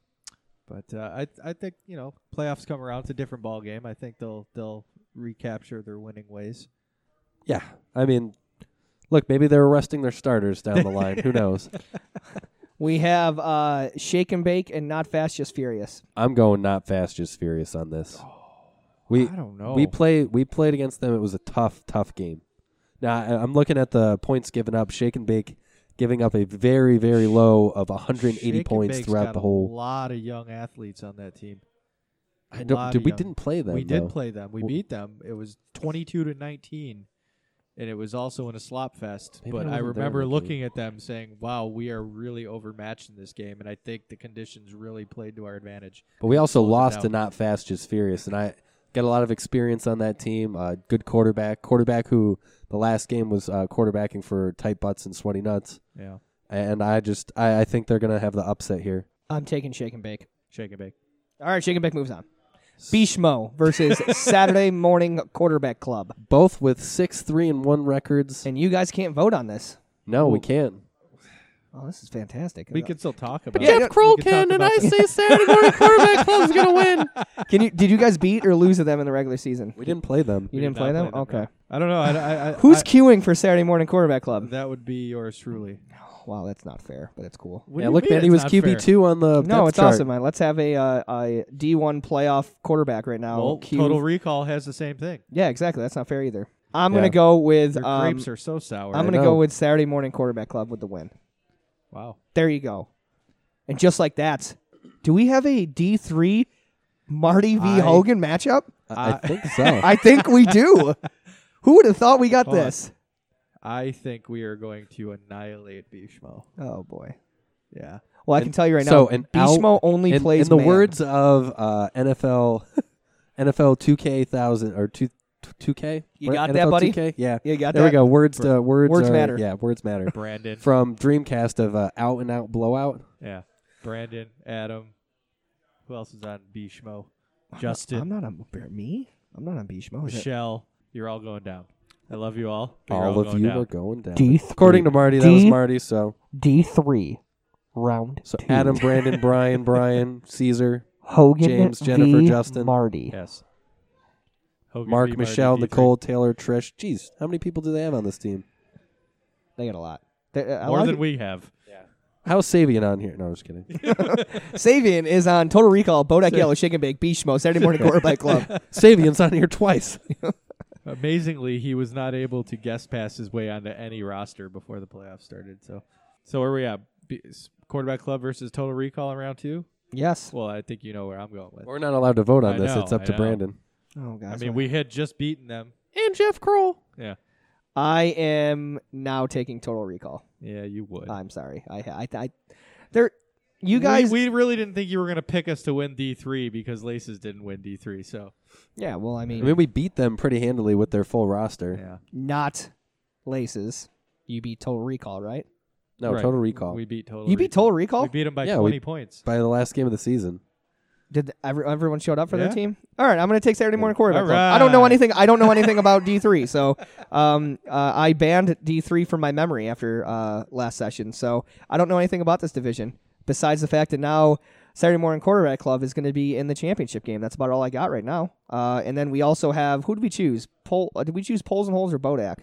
But uh, I I think you know playoffs come around. It's a different ball game. I think they'll they'll
recapture their winning ways.
Yeah, I mean, look, maybe they're arresting their starters down the line. Who knows?
We have uh, Shake and Bake and Not Fast, Just Furious.
I'm going not fast, just furious on this.
Oh,
We
I don't know.
we played we played against them. It was a tough, tough game. Now I- I'm looking at the points given up. Shake and Bake giving up a very, very low of 180
Shake and
points
Bake's
throughout
got
the
A
whole.
lot of young athletes on that team.
I
a
don't.
lot
Did,
of
we
young-
didn't play them.
we
though.
did play them. We
W-
beat them. It was 22 to 19, and it was also in a slop fest.
Maybe I
but I,
wasn't there in
remember
that game.
looking at them saying, "Wow, we are really overmatched in this game," and I think the conditions really played to our advantage.
But we also
Close it
lost
out.
to Not Fast, Just Furious, and I got a lot of experience on that team. Uh, good quarterback, quarterback who the last game was uh, quarterbacking for tight butts and sweaty nuts.
Yeah,
And I just, I, I think they're gonna have the upset here.
I'm taking Shake and Bake.
shake and bake.
All right, Shake and Bake moves on. Bishmo versus Saturday Morning Quarterback Club.
Both with six, three, and one records.
And you guys can't vote on this.
No, we can't.
Oh, this is fantastic.
We can still talk about.
Jeff
it. We
Kroll
could talk about it.
say Saturday morning quarterback club's gonna win.
Can you? Did you guys beat or lose to them in the regular season?
We didn't play them.
You
We did
didn't play them?
not
Okay.
no. I don't know. I, I, I,
Who's
I-
queuing for Saturday Morning Quarterback Club?
that would be yours truly.
Wow, that's not fair, but it's cool.
What do
yeah,
you
look,
mean
man, he
it's
was
not
QB
fair?
two on the
No,
depth
it's
chart.
awesome, man. Let's have a, uh, a D1 playoff quarterback right now.
Well,
Queue-
Total Recall has the same thing.
Yeah, exactly. That's not fair either. I'm
Yeah.
gonna go with.
Their
um,
grapes are so sour.
I'm
I
gonna
know.
go with Saturday Morning Quarterback Club with the win.
wow.
There you go. And just like that, do we have a D3 Marty v
I-
Hogan matchup?
I, I
I-
think so.
I think we do. Who would have thought we got
Hold on.
this?
I think we are going to annihilate Bishmo.
Oh boy.
Yeah.
Well, I
And
can tell you right
so
now,
an
Bishmo
out-
only
in,
plays
in the
man.
words of uh, NFL NFL 2K thousand or 2 2K.
You
What-
got
NFL
that, buddy?
2K? Yeah.
Yeah, you got
There we
that.
go. Words to words.
Words
are-
matter.
Yeah, words matter.
Brandon.
From Dreamcast of uh, out and out blowout.
yeah. Brandon, Adam. Who else is on Bishmo? Justin,
I'm not on Bear- me. I'm not on Bishmo. Is it?
Michelle. You're all going down. I love you all. but you're
All of
going
you
down.
are going down.
D3.
According to Marty, that was
D-
Marty. So
D3 round
so
two.
Adam, Brandon, Brian, Brian, Caesar,
Hogan
James, Jennifer,
v.
Justin.
Marty.
Yes. Hogan
Mark,
B. Marty,
Michelle,
D3.
Nicole, Taylor, Trish. Jeez, how many people do they have on this team?
They got a lot. They- uh, a
More
lot
than
of-
we have.
How's Savian on here? No, I'm just kidding.
Savian is on Total Recall, Bodak Yellow, Shake and Bake, Bishmo, Saturday Morning Quarterback Club.
Savian's on here twice.
Amazingly, he was not able to guest pass his way onto any roster before the playoffs started. So, so where are we at? B- quarterback club versus total recall in round two.
Yes.
Well, I think you know where I'm going with.
We're not allowed to vote on
I
this.
know,
it's up
I
to
know.
Brandon.
Oh
I
gosh.
mean, we had just beaten them.
And Jeff Kroll.
Yeah.
I am now taking Total Recall.
Yeah, you would.
I'm sorry. I I, I there. You guys.
we, we really didn't think you were gonna pick us to win D three because Laces didn't win D three. So
yeah. Well, I
I
mean,
mean, we beat them pretty handily with their full roster.
yeah,
not laces. You beat Total Recall, right?
No,
Right.
Total Recall.
we beat total.
you beat Total Recall.
We beat them by
Yeah, we-
twenty points.
By the last game of the season.
Did every, everyone showed up for their
Yeah.
team? All right, I'm going to take Saturday morning quarterback.
All
Club. I don't know
right.
anything. I don't know anything about D3, so um, uh, I banned D3 from my memory after uh, last session. So I don't know anything about this division besides the fact that now Saturday morning quarterback club is going to be in the championship game. That's about all I got right now. Uh, and then we also have who did we choose? Pol- uh, did we choose Poles and Holes or Bodak?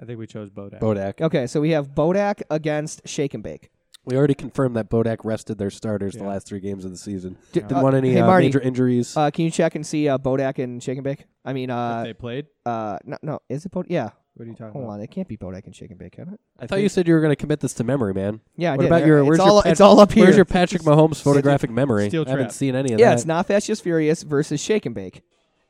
I think we chose Bodak.
Bodak.
Okay, so we have Bodak against Shake and Bake.
We already confirmed that Bodak rested their starters the
Yeah.
last three games of the season.
D-
Didn't
uh,
want any
hey,
uh,
Marty.
major injuries.
Uh, can you check and see uh, Bodak and Shake and Bake? I mean,
If
uh,
they played.
uh, no, no, is it Bodak? Yeah,
What are you talking
Hold
about?
on, it can't be Bodak and Shake and Bake, can it?
I thought you said you were going to commit this to memory, man.
Yeah, I
What
did.
about your-
It's
where's your
all
pet-
it's all up here.
Where's your Patrick Mahomes photographic memory?
Steel
I haven't
trap.
seen any of
yeah,
that.
it's not Fast Just Furious versus Shake and Bake,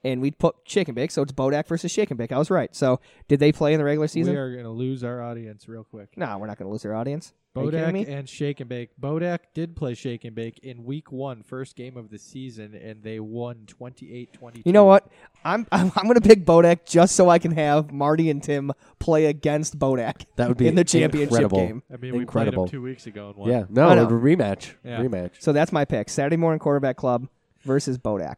and we put Shake and Bake, so it's Bodak versus Shake and Bake. I was right. So did they play in the regular season?
We are gonna lose our audience real quick.
No, we're not going to lose our audience. Are you kidding
Bodak
me?
and Shake and Bake. Bodak did play Shake and Bake in week one, first game of the season, and they won 28 22.
You know what? I'm I'm, I'm going to pick Bodak just so I can have Marty and Tim play against Bodak.
That would be
in the championship
incredible.
game.
I mean,
Incredible.
we played them two weeks ago and won.
Yeah, no,
I know.
a rematch.
Yeah.
Rematch.
So that's my pick: Saturday morning quarterback club versus Bodak.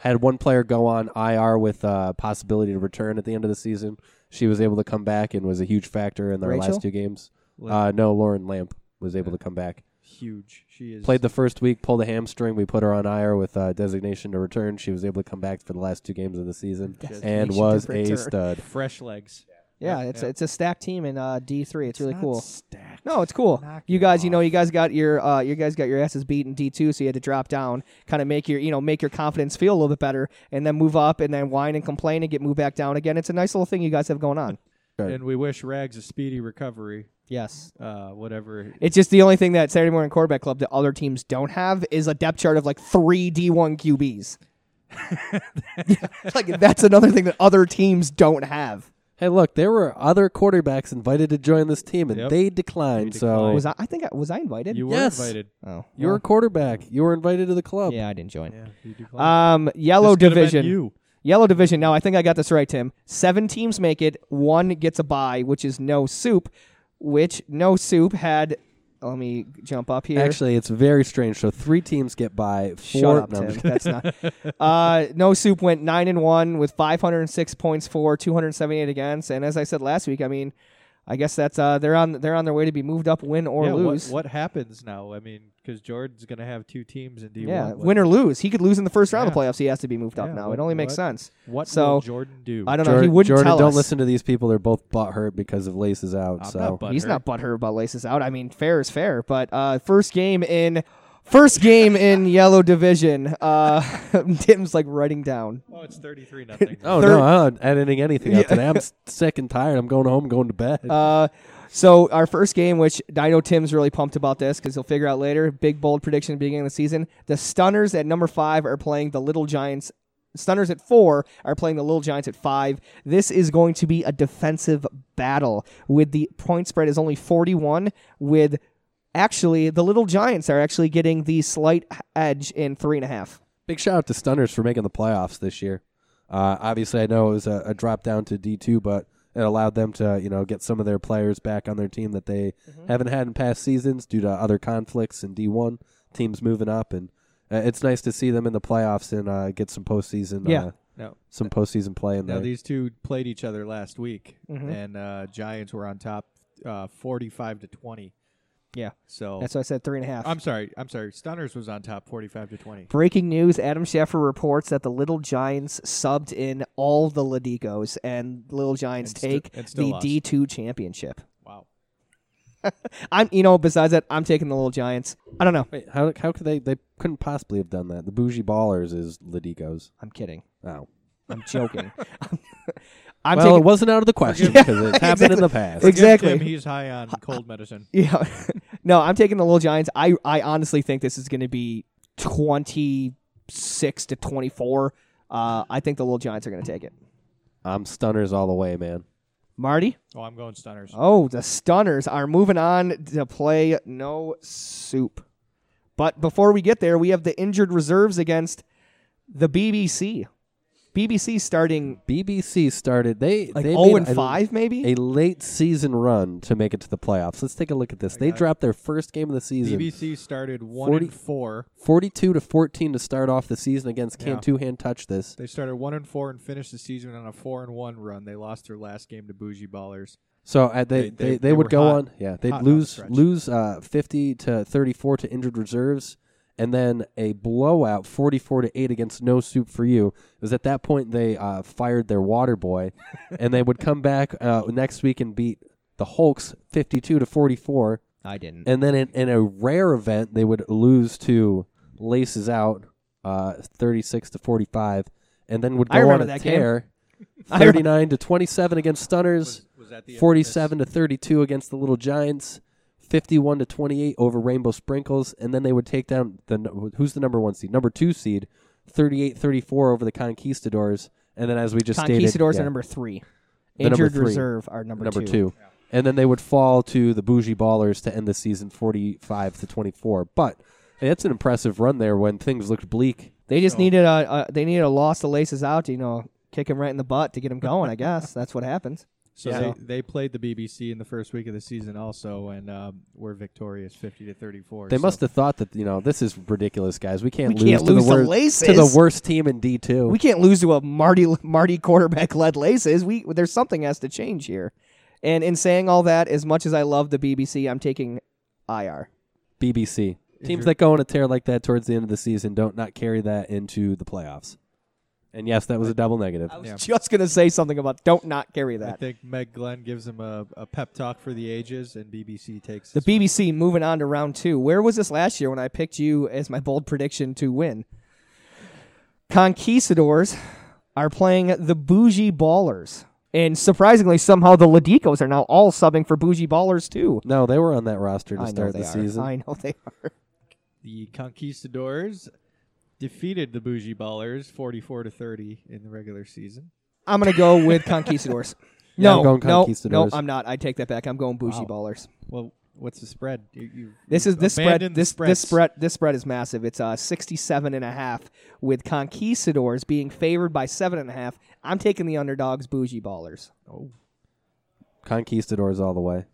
had one player go on IR with uh, possibility to return at the end of the season. She was able to come back and was a huge factor in their
Rachel?
last two games.
Lim-
Uh, no, Lauren Lamp was able to come back.
huge. She is
Played the first week, pulled a hamstring. We put her on IR with uh, designation to return. She was able to come back for the last two games of the season and
Designation
was
to
a
return.
stud.
fresh legs.
Yeah, it's
yeah.
it's a stacked team in uh, D three. It's, really
not
cool.
stacked.
No, it's cool.
Knock
You
it
guys, you know,
off.
you guys got your uh, you guys got your asses beat in D two, so you had to drop down, kind of make your you know make your confidence feel a little bit better, and then move up, and then whine and complain and get moved back down again. It's a nice little thing you guys have going on.
Good.
And we wish Rags a speedy recovery.
Yes.
Uh, whatever.
It's just the only thing that Saturday morning quarterback club that other teams don't have is a depth chart of like three D one QBs. like that's another thing that other teams don't have.
Hey, look, there were other quarterbacks invited to join this team, and
Yep.
they declined.
They
So
declined.
Was I? I think I, was I invited?
You were
Yes.
invited.
oh,
you're a quarterback. You were invited to the club.
yeah, I didn't join.
Yeah, you declined.
Um,
This
yellow
could have been
division.
You.
Yellow division. Now I think I got this right, Tim. Seven teams make it. One gets a bye, which is no soup. Which no soup had. Let me jump up here.
Actually, it's very strange. So three teams get by. Four,
Shut up,
no, I'm
Tim. That's
just-
not. Uh, no soup went nine and one with 506 points for 278 against. And as I said last week, I mean, I guess that's uh, they're on they're on their way to be moved up, win or
yeah, what-
lose.
What, happens now? I mean, because Jordan's going to have two teams in D1.
yeah,
Like,
win or lose. He could lose in the first round of
Yeah.
playoffs. He has to be moved up
Yeah,
now.
what-
it only makes
what-
sense.
What
So,
will Jordan do?
I don't know.
Jordan,
he wouldn't
Jordan,
tell
don't
us.
listen to these people. They're both butthurt because of laces out.
I'm
so
not butthurt.
He's not butthurt about laces out. I mean, fair is fair, but uh, first game in first game in yellow division. Uh, Tim's like writing down.
Oh, it's 33 nothing.
Oh
Third-
no, I'm not editing anything out today. I'm s- sick and tired. I'm going home, going to bed.
Uh, so our first game, which I know Tim's really pumped about this because he'll figure out later. Big bold prediction at the beginning of the season: the Stunners at number five are playing the Little Giants. Stunners at four are playing the Little Giants at five. This is going to be a defensive battle with the point spread is only forty-one with. Actually, the little giants are actually getting the slight edge in three and a half.
Big shout out to Stunners for making the playoffs this year. Uh, obviously, I know it was a, a drop down to D two, but it allowed them to you know get some of their players back on their team that they
Mm-hmm.
haven't had in past seasons due to other conflicts in D one teams moving up, and uh, it's nice to see them in the playoffs and uh, get some postseason.
Yeah.
Uh,
No.
some postseason play in
Now
there.
these two played each other last week,
Mhm.
and uh, Giants were on top, uh, forty-five to twenty.
Yeah.
So
That's why I said three and a half.
I'm sorry. I'm sorry. Stunners was on top, forty-five to twenty.
Breaking news: Adam Schefter reports that the Little Giants subbed in all the Ladigos, and Little Giants
And sti-
take
and still
the
lost.
D two championship.
Wow.
I'm, you know, besides that, I'm taking the Little Giants. I don't know.
Wait, how how could they? They couldn't possibly have done that. The bougie ballers is Ladicos.
I'm kidding.
Oh.
I'm joking. I'm
well, it
taking.
wasn't out of the question
Forgive-
because it's
Yeah,
happened in
exactly.
the past.
Ex- Exactly.
Give Tim, he's high on cold medicine.
Yeah, no, I'm taking the Little Giants. I I honestly think this is going to be twenty six to twenty four. Uh, I think the Little Giants are going to take it.
I'm stunners all the way, man.
Marty.
Oh, I'm going Stunners.
Oh, the Stunners are moving on to play no soup. But before we get there, we have the injured reserves against the BBC. BBC starting
BBC started they
like
they
0
made
and
a-
5, maybe?
A late season run to make it to the playoffs. Let's take a look at this. They dropped their first game of the season,
BBC started one
40
and four.
forty-two to fourteen, to start off the season against. Can
Yeah.
two hand touch this?
They started one and four and finished the season on a four and one run. They lost their last game to Bougie Ballers.
So
They-
uh, they, they,
they-
they,
they were
would go
hot-
on. Yeah, they'd
hot down the
lose
stretch.
lose uh, fifty to thirty four to injured reserves, and then a blowout forty four to eight against No Soup for You. It was at that point they uh, fired their water boy, and they would come back uh, next week and beat the Hulks fifty two to forty four.
I didn't.
And then in, in a rare event, they would lose to Laces Out, uh, 36 to 45, and then would
I
go on
remember
a
that game.
tear,
I
39 to 27 against Stunners,
Was, was that the infamous-
47 to 32 against the Little Giants, 51 to 28 over Rainbow Sprinkles, and then they would take down the nu- who's the number one seed, number two seed, 38-34 over the Conquistadors, and then as we just
Conquistadors
stated,
are
yeah,
number 3.
The number
Injured
three.
reserve are number,
number two. And then they would fall to the bougie ballers to end the season 45 to 24. But hey, that's an impressive run there when things looked bleak.
They just needed a, a they needed a loss to laces out, to, you know, kick him right in the butt to get him going, I guess. That's what happens.
So
Yeah.
they, they played the BBC in the first week of the season also, and um, were victorious, fifty to thirty-four.
They
so-
must have thought that, you know, this is ridiculous, guys. We can't,
We can't lose
to,
to
the worst, to the
Laces.
worst team in D2.
We can't lose to a Marty Marty quarterback led laces. We there's something has to change here. And in saying all that, as much as I love the BBC, I'm taking IR.
BBC. Teams
you're-
that go on a tear like that towards the end of the season don't not carry that into the playoffs. And yes, that was a double negative.
I was
Yeah.
just gonna say something about don't not carry
I
that.
think Meg Glenn gives him a, a pep talk for the ages, and BBC takes
The
his one.
BBC moving on to round two. Where was this last year when I picked you as my bold prediction to win? Conquistadors are playing the Bougie Ballers, and surprisingly, somehow the Ladicos are now all subbing for Bougie Ballers too.
No, they were on that roster to
I know
start
they
the
are.
season.
I know they are.
the Conquistadors defeated the Bougie Ballers 44 to 30 in the regular season.
I'm gonna go with Conquistadors.
Yeah,
no,
I'm going
no,
Conquistadors.
no, I'm not. I take that back. I'm going Bougie Ballers.
Well, what's the spread? You, you,
This is
you
this spread.
abandoned the
This this
spreads.
spread this spread is massive. It's uh 67 and a half with Conquistadors being favored by seven and a half. I'm taking the underdogs, bougie ballers.
Oh,
Conquistadors all the way.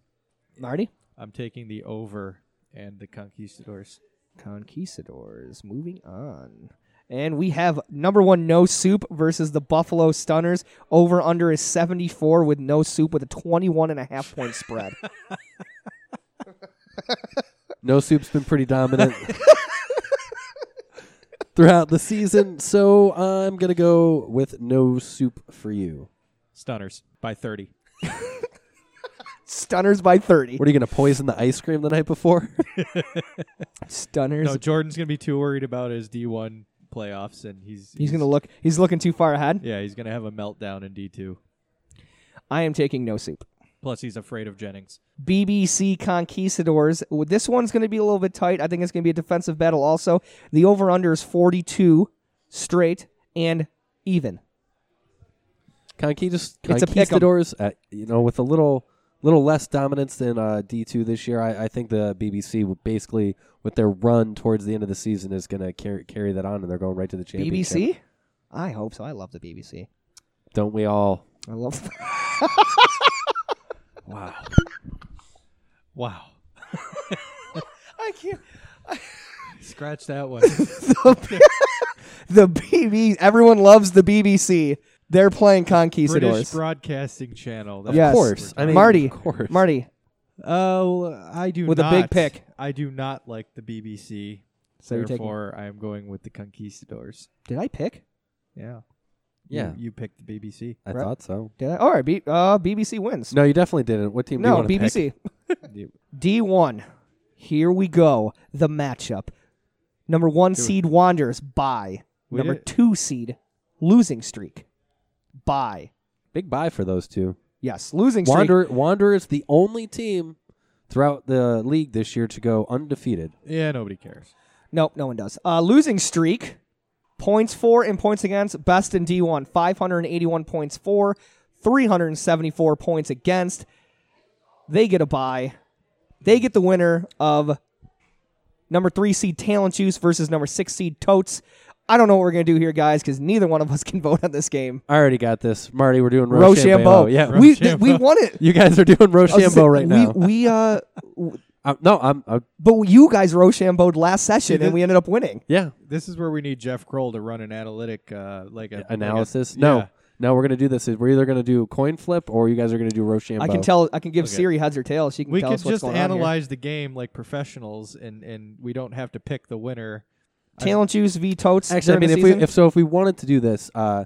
Marty,
I'm taking the over and the Conquistadors.
Conquistadors. Moving on, and we have number one no soup versus the Buffalo Stunners. Over under is 74 with no soup with a 21 and a half point spread.
No soup's been pretty dominant throughout the season, so I'm gonna go with no soup for you.
Stunners by 30.
Stunners by 30.
What are you gonna poison the ice cream the night before?
Stunners.
No, Jordan's going to be too worried about his D1 playoffs, and he's
He's gonna look. He's looking too far ahead.
Yeah, he's going to have a meltdown in D2.
I am taking no soup.
Plus, he's afraid of Jennings.
BBC Conquistadors. This one's going to be a little bit tight. I think it's going to be a defensive battle also. The over under is 42 straight and even.
Conquist-
It's a pick 'em.
Conquistadors, uh, you know, with a little little less dominance than uh, D2 this year, I, I think the BBC would basically with their run towards the end of the season is gonna carry carry that on, and they're going right to the championship.
BBC? I hope so. I love the BBC.
don't we all?
I love
Wow.
Wow.
I can't.
Scratch that one.
The, the BBC. Everyone loves the BBC. They're playing
British
Conquistadors.
Broadcasting Channel. That's
yes.
Of course. I mean,
Marty.
of course.
Marty.
Oh, I do
With a
not,
big pick.
I do not like the BBC.
So you're taking.
therefore, I am going with the Conquistadors.
Did I pick?
Yeah.
Yeah.
You, you picked the BBC.
I
Right.
thought so.
Did I? All right. B, uh, BBC wins.
No, you definitely didn't. What team do you
No,
want to pick?
BBC. D1. Here we go. The matchup. Number one seed Wanderers by.
We
Number
did-
two seed losing streak by.
Big buy for those two.
Yes, losing streak.
Wander Wanderers the only team throughout the league this year to go undefeated.
Yeah, nobody cares.
Nope, no one does. Uh, losing streak. Points for and points against. Best in D1. 581 points for, 374 points against. They get a bye. They get the winner of number three seed Talent Juice versus number six seed Totes. I don't know what we're going to do here, guys, because neither one of us can vote on this game.
I already got this. Marty, we're doing
Rochambeau.
Rochambeau. Yeah.
we, th- we won it.
you guys are doing Rochambeau right
we,
now.
We, uh, w-
I'm- no, I'm, uh, I'm
but you guys Rochambeau'd last session, and
this-
we ended up winning.
yeah,
This is where we need Jeff Kroll to run an analytic, uh, like a
analysis.
like a-
no.
yeah.
No, we're going to do this. We're either going to do coin flip or you guys are going to do Rochambeau.
I can tell. I can give
Okay.
Siri heads or tails. She can
we
tell
could
us what's
just
going on
analyze the game like professionals, and and we don't have to pick the winner.
here. Talent Juice v Totes.
Actually, I
during
mean,
the
if we
season?
if so, if we wanted to do this, uh,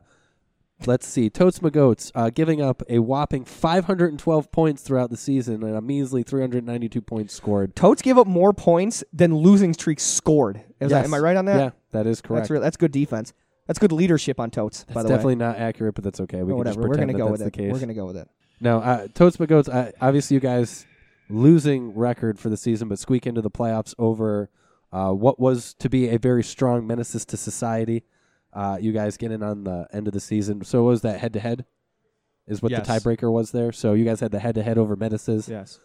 let's see, Totes McGoats uh, giving up a whopping 512 points throughout the season and a measly 392 points scored.
Totes gave up more points than losing streak scored. Is that-
Yes.
am I right on that?
Yeah, that is correct.
that's real. That's good defense. That's good leadership on Totes. by
It's
the
definitely not accurate, but that's okay.
way,
We
Or
can just
whatever. We're
pretend
gonna
that
go
that's
with
the
it.
case.
We're gonna go with it.
No, uh, Totes McGoats. I, obviously, you guys losing record for the season, but squeak into the playoffs over uh, what was to be a very strong menaces to society. Uh, you guys get in on the end of the season. So what was that head to head? Is what
Yes.
the tiebreaker was there. So you guys had the head to head over menaces.
Yes.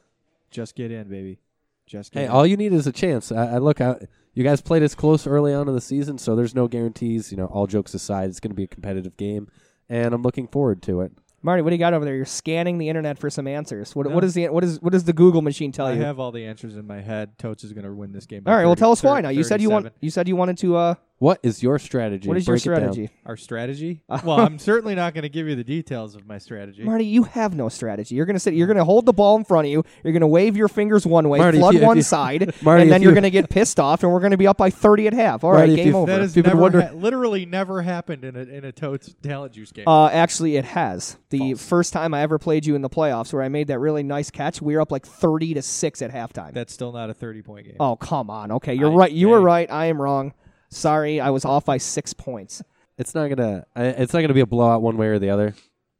Just get in, baby. Just get
Hey,
in.
all you need is a chance. I, I look out. You guys played us close early on in the season, so there's no guarantees. You know, all jokes aside, it's going to be a competitive game, and I'm looking forward to it.
Marty, what do you got over there? You're scanning the internet for some answers. What, what is the what is what does the Google machine tell
I
you?
have all the answers in my head. Totes is going to win this game. by
All right, well,
30
tell us why
thir-
now. You said you want
37.
you said you wanted to uh
What is your strategy?
What is your
Break it down.
strategy,
Our strategy? well, I'm certainly not going to give you the details of my strategy.
Marty? You have no strategy. You're gonna sit. You're gonna hold the ball in front of you. You're gonna wave your fingers one way,
Marty, if
flood
you- if
one
you-
side,
Marty,
and then
if
you're
you-
gonna get pissed off, and we're gonna be up by thirty at half. All right,
Marty, if
game
you-
over.
That has
You've been
never
wondering-
ha- literally never happened in a in a totes talent juice game.
Uh, actually, it has. The first time I ever played you in the playoffs, where I made that really nice catch, we were up like thirty to six at halftime.
That's still not a 30 point game.
oh come on. Okay, you're right. You were
hey.
right. I am wrong. Sorry, I was off by six points.
It's not gonna. I- It's not gonna be a blowout one way or the other.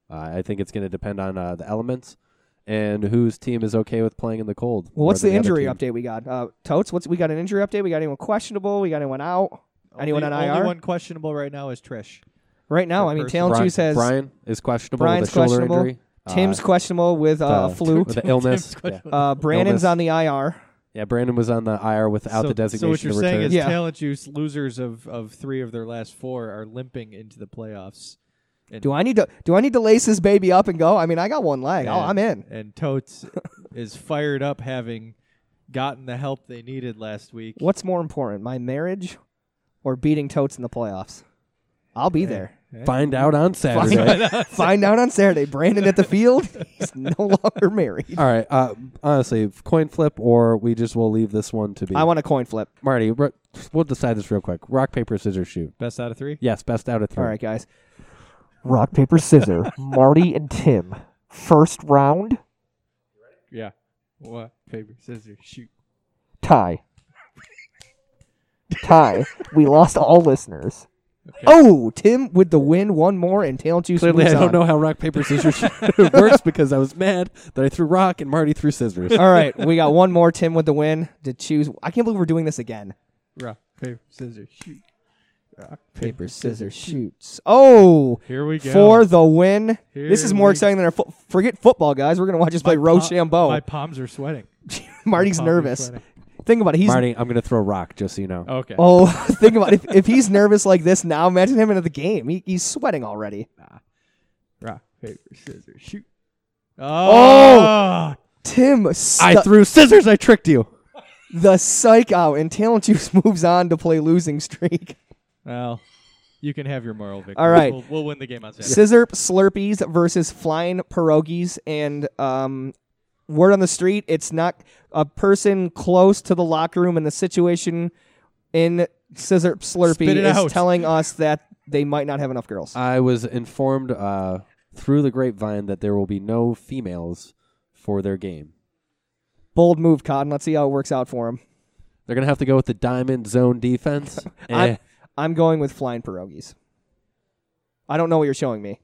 Uh, I think it's gonna depend on uh, the elements and whose team is okay with playing in the cold.
Well, what's
more
the
than other
injury
team.
update we got? Uh, Totes, what's we got an injury update? We got anyone questionable? We got anyone out? anyone
only,
on IR?
Only one questionable right now is Trish.
right now, I mean,
Person-
Talent
Brian,
Juice has
Brian is questionable
Brian's
with a shoulder
questionable.
injury.
Tim's
uh,
questionable with uh, a
the-
flu.
with the illness. Yeah.
Uh, Brandon's
illness.
on the IR.
Yeah, Brandon was on the IR without
so,
the
so
designation
what you're
to
saying
return.
is
Yeah.
talent juice losers of, of three of their last four are limping into the playoffs. And,
Do I need to do I need to lace this baby up and go? I mean, I got one leg. Oh,
and-
I'm in.
And Totes is fired up having gotten the help they needed last week.
What's more important, my marriage or beating Totes in the playoffs? I'll be there.
Find out on Saturday.
Find out on Saturday. Brandon at the field. He's no longer married.
All right. Uh, honestly, coin flip, or we just will leave this one to be.
I want a coin flip.
Marty, ro- we'll decide this real quick. Rock, paper, scissors, shoot.
Best out of three?
Yes, best out of three.
All right, guys. Rock paper scissors. Marty and Tim. First round
Yeah. What? Paper, scissors, shoot.
tie. tie. We lost all listeners. Oh, Tim with the win. One more and Tail Juice.
Clearly, I
moves
don't
on.
know how rock, paper, scissors, shoot works because I was mad that I threw rock and Marty threw scissors.
All right, we got one more Tim with the win to choose. I can't believe we're doing this again.
Rock, paper, scissors, shoot. Rock,
Paper, scissors, shoots. Oh,
Here we go.
for the win. this is
Here
more
we-
exciting than our fo- forget football, guys. We're gonna watch us play
Uh, My
Rochambeau.
palms are sweating.
Marty's
palms are
nervous.
sweating.
Think about it. He's
Marty, I'm going to throw rock, just so you know.
Okay.
oh, think about it. If, if he's nervous like this now, imagine him into the game. He, he's sweating already.
Rock, paper, scissors, shoot.
Oh!
Oh!
Tim, stu-
I threw scissors. I tricked you.
the psych out, and Talent Juice moves on to play losing streak.
Well, you can have your moral victory.
All right.
We'll, we'll win the game on Saturday.
Scissor Slurpees versus Flying Pierogies, and um, word on the street, it's not a person close to the locker room in the situation in Scissor Slurpee
Spit it
is
out.
telling us that they might not have enough girls.
I was informed uh, through the grapevine that there will be no females for their game.
Bold move, Cotton. Let's see how it works out for him.
They're going to have to go with the diamond zone defense.
I'm,
Eh.
I'm going with Flying Pierogies. I don't know what you're showing me.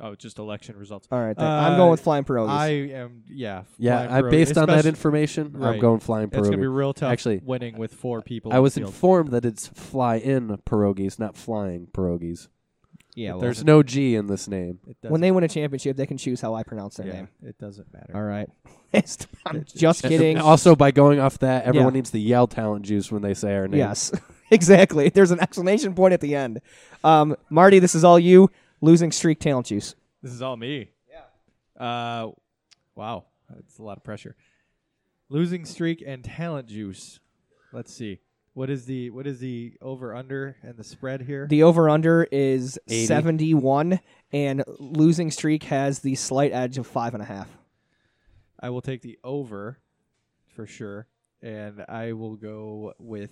Oh, just election results.
All right, then. I'm going with Flying Pierogies.
Uh, I am, yeah.
Yeah,
flying
I,
pierogi.
based on that
Especially-
information, I'm
Right.
going flying
It's gonna be
pierogi.
real tough.
Actually,
winning with four people.
I
on
was
the field.
informed that it's fly in pierogies, not flying pierogies.
yeah, well,
There's no G in this name.
It
when they win a championship, they can choose how I pronounce their
doesn't-
name.
yeah, it doesn't matter.
All right. I'm just kidding.
And also, by going off that, everyone
Yeah.
needs to yell talent juice when they say our name.
Yes, exactly. There's an exclamation point at the end. Um, Marty, this is all you. Losing streak talent juice.
This is all me. Yeah. Uh, wow, that's a lot of pressure. Losing streak and talent juice. Let's see. What is the what is the over under and the spread here?
The over under is
80.
71, and losing streak has the slight edge of five and a half.
I will take the over for sure, and I will go with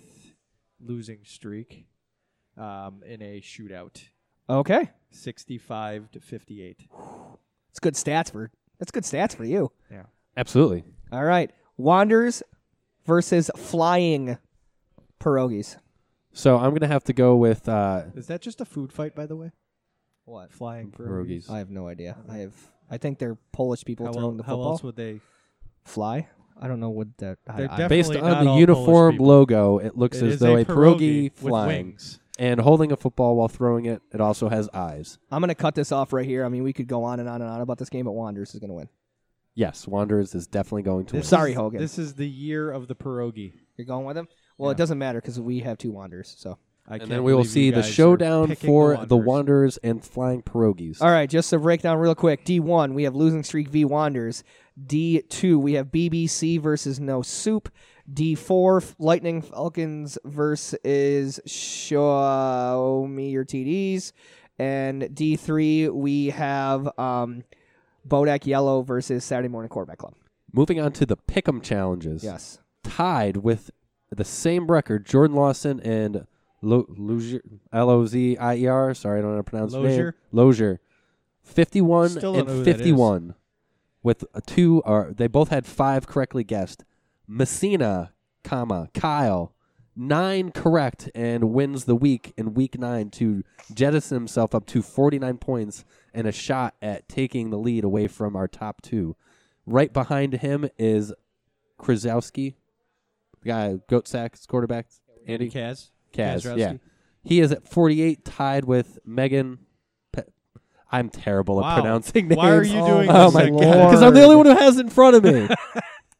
losing streak um, in a shootout,
Okay,
sixty-five to fifty-eight.
it's good stats for that's good stats for you.
Yeah.
Absolutely.
All right, Wanders versus flying pierogies.
So I'm going to have to go with uh,
Is that just a food fight, by the way?
What?
Flying pierogies.
pierogies.
I have no idea. I have. I think they're Polish people
How,
throwing
el-
the
how
football.
else would they?
Fly. I don't know what that. I-
They're
I-
definitely
Based
not
on the
all Polish
uniform
people.
logo, it looks
It
as
is
though
a
a pierogi
with
flying
wings.
and holding a football while throwing it. It also has eyes.
I'm gonna cut this off right here. I mean, we could go on and on and on about this game, but Wanderers is gonna win.
Yes, Wanderers is definitely going to win.
This
Sorry,
is-
Hogan.
This is the year of the pierogi.
You're going with him? Well, it doesn't matter because we have two Wanderers. So,
I
and
can't
then we will
believe you
see the
guys are
showdown
picking
for the
Wanderers.
Wanderers and Flying Pierogies.
all right, just to break down real quick. D1, we have losing streak v Wanderers. D2, we have BBC versus No Soup. D4 F- Lightning Falcons versus Show Me Your TDs. And D3, we have um, Bodak Yellow versus Saturday Morning Quarterback Club.
Moving on to the Pick'em challenges.
Yes.
Tied with the same record, Jordan Lawson and Lo- Lozier- L O Z I E R. Sorry, I don't know how to pronounce the name.
Lozier?
Lozier. 51
Still don't know
and
who that is.
51. With a two, or they both had five correctly guessed. Messina, comma, Kyle, nine correct and wins the week in week nine to jettison himself up to 49 points and a shot at taking the lead away from our top two. Right behind him is Krzyzewski, the guy, goat sacks, quarterback, Andy
Kaz.
Kaz,
Kazrowski.
yeah. He is at 48, tied with Megan. Pe- I'm terrible
Wow.
at pronouncing names.
Why are you doing
Oh
this?
my
again?
god! Because I'm the only one who has it in front of me.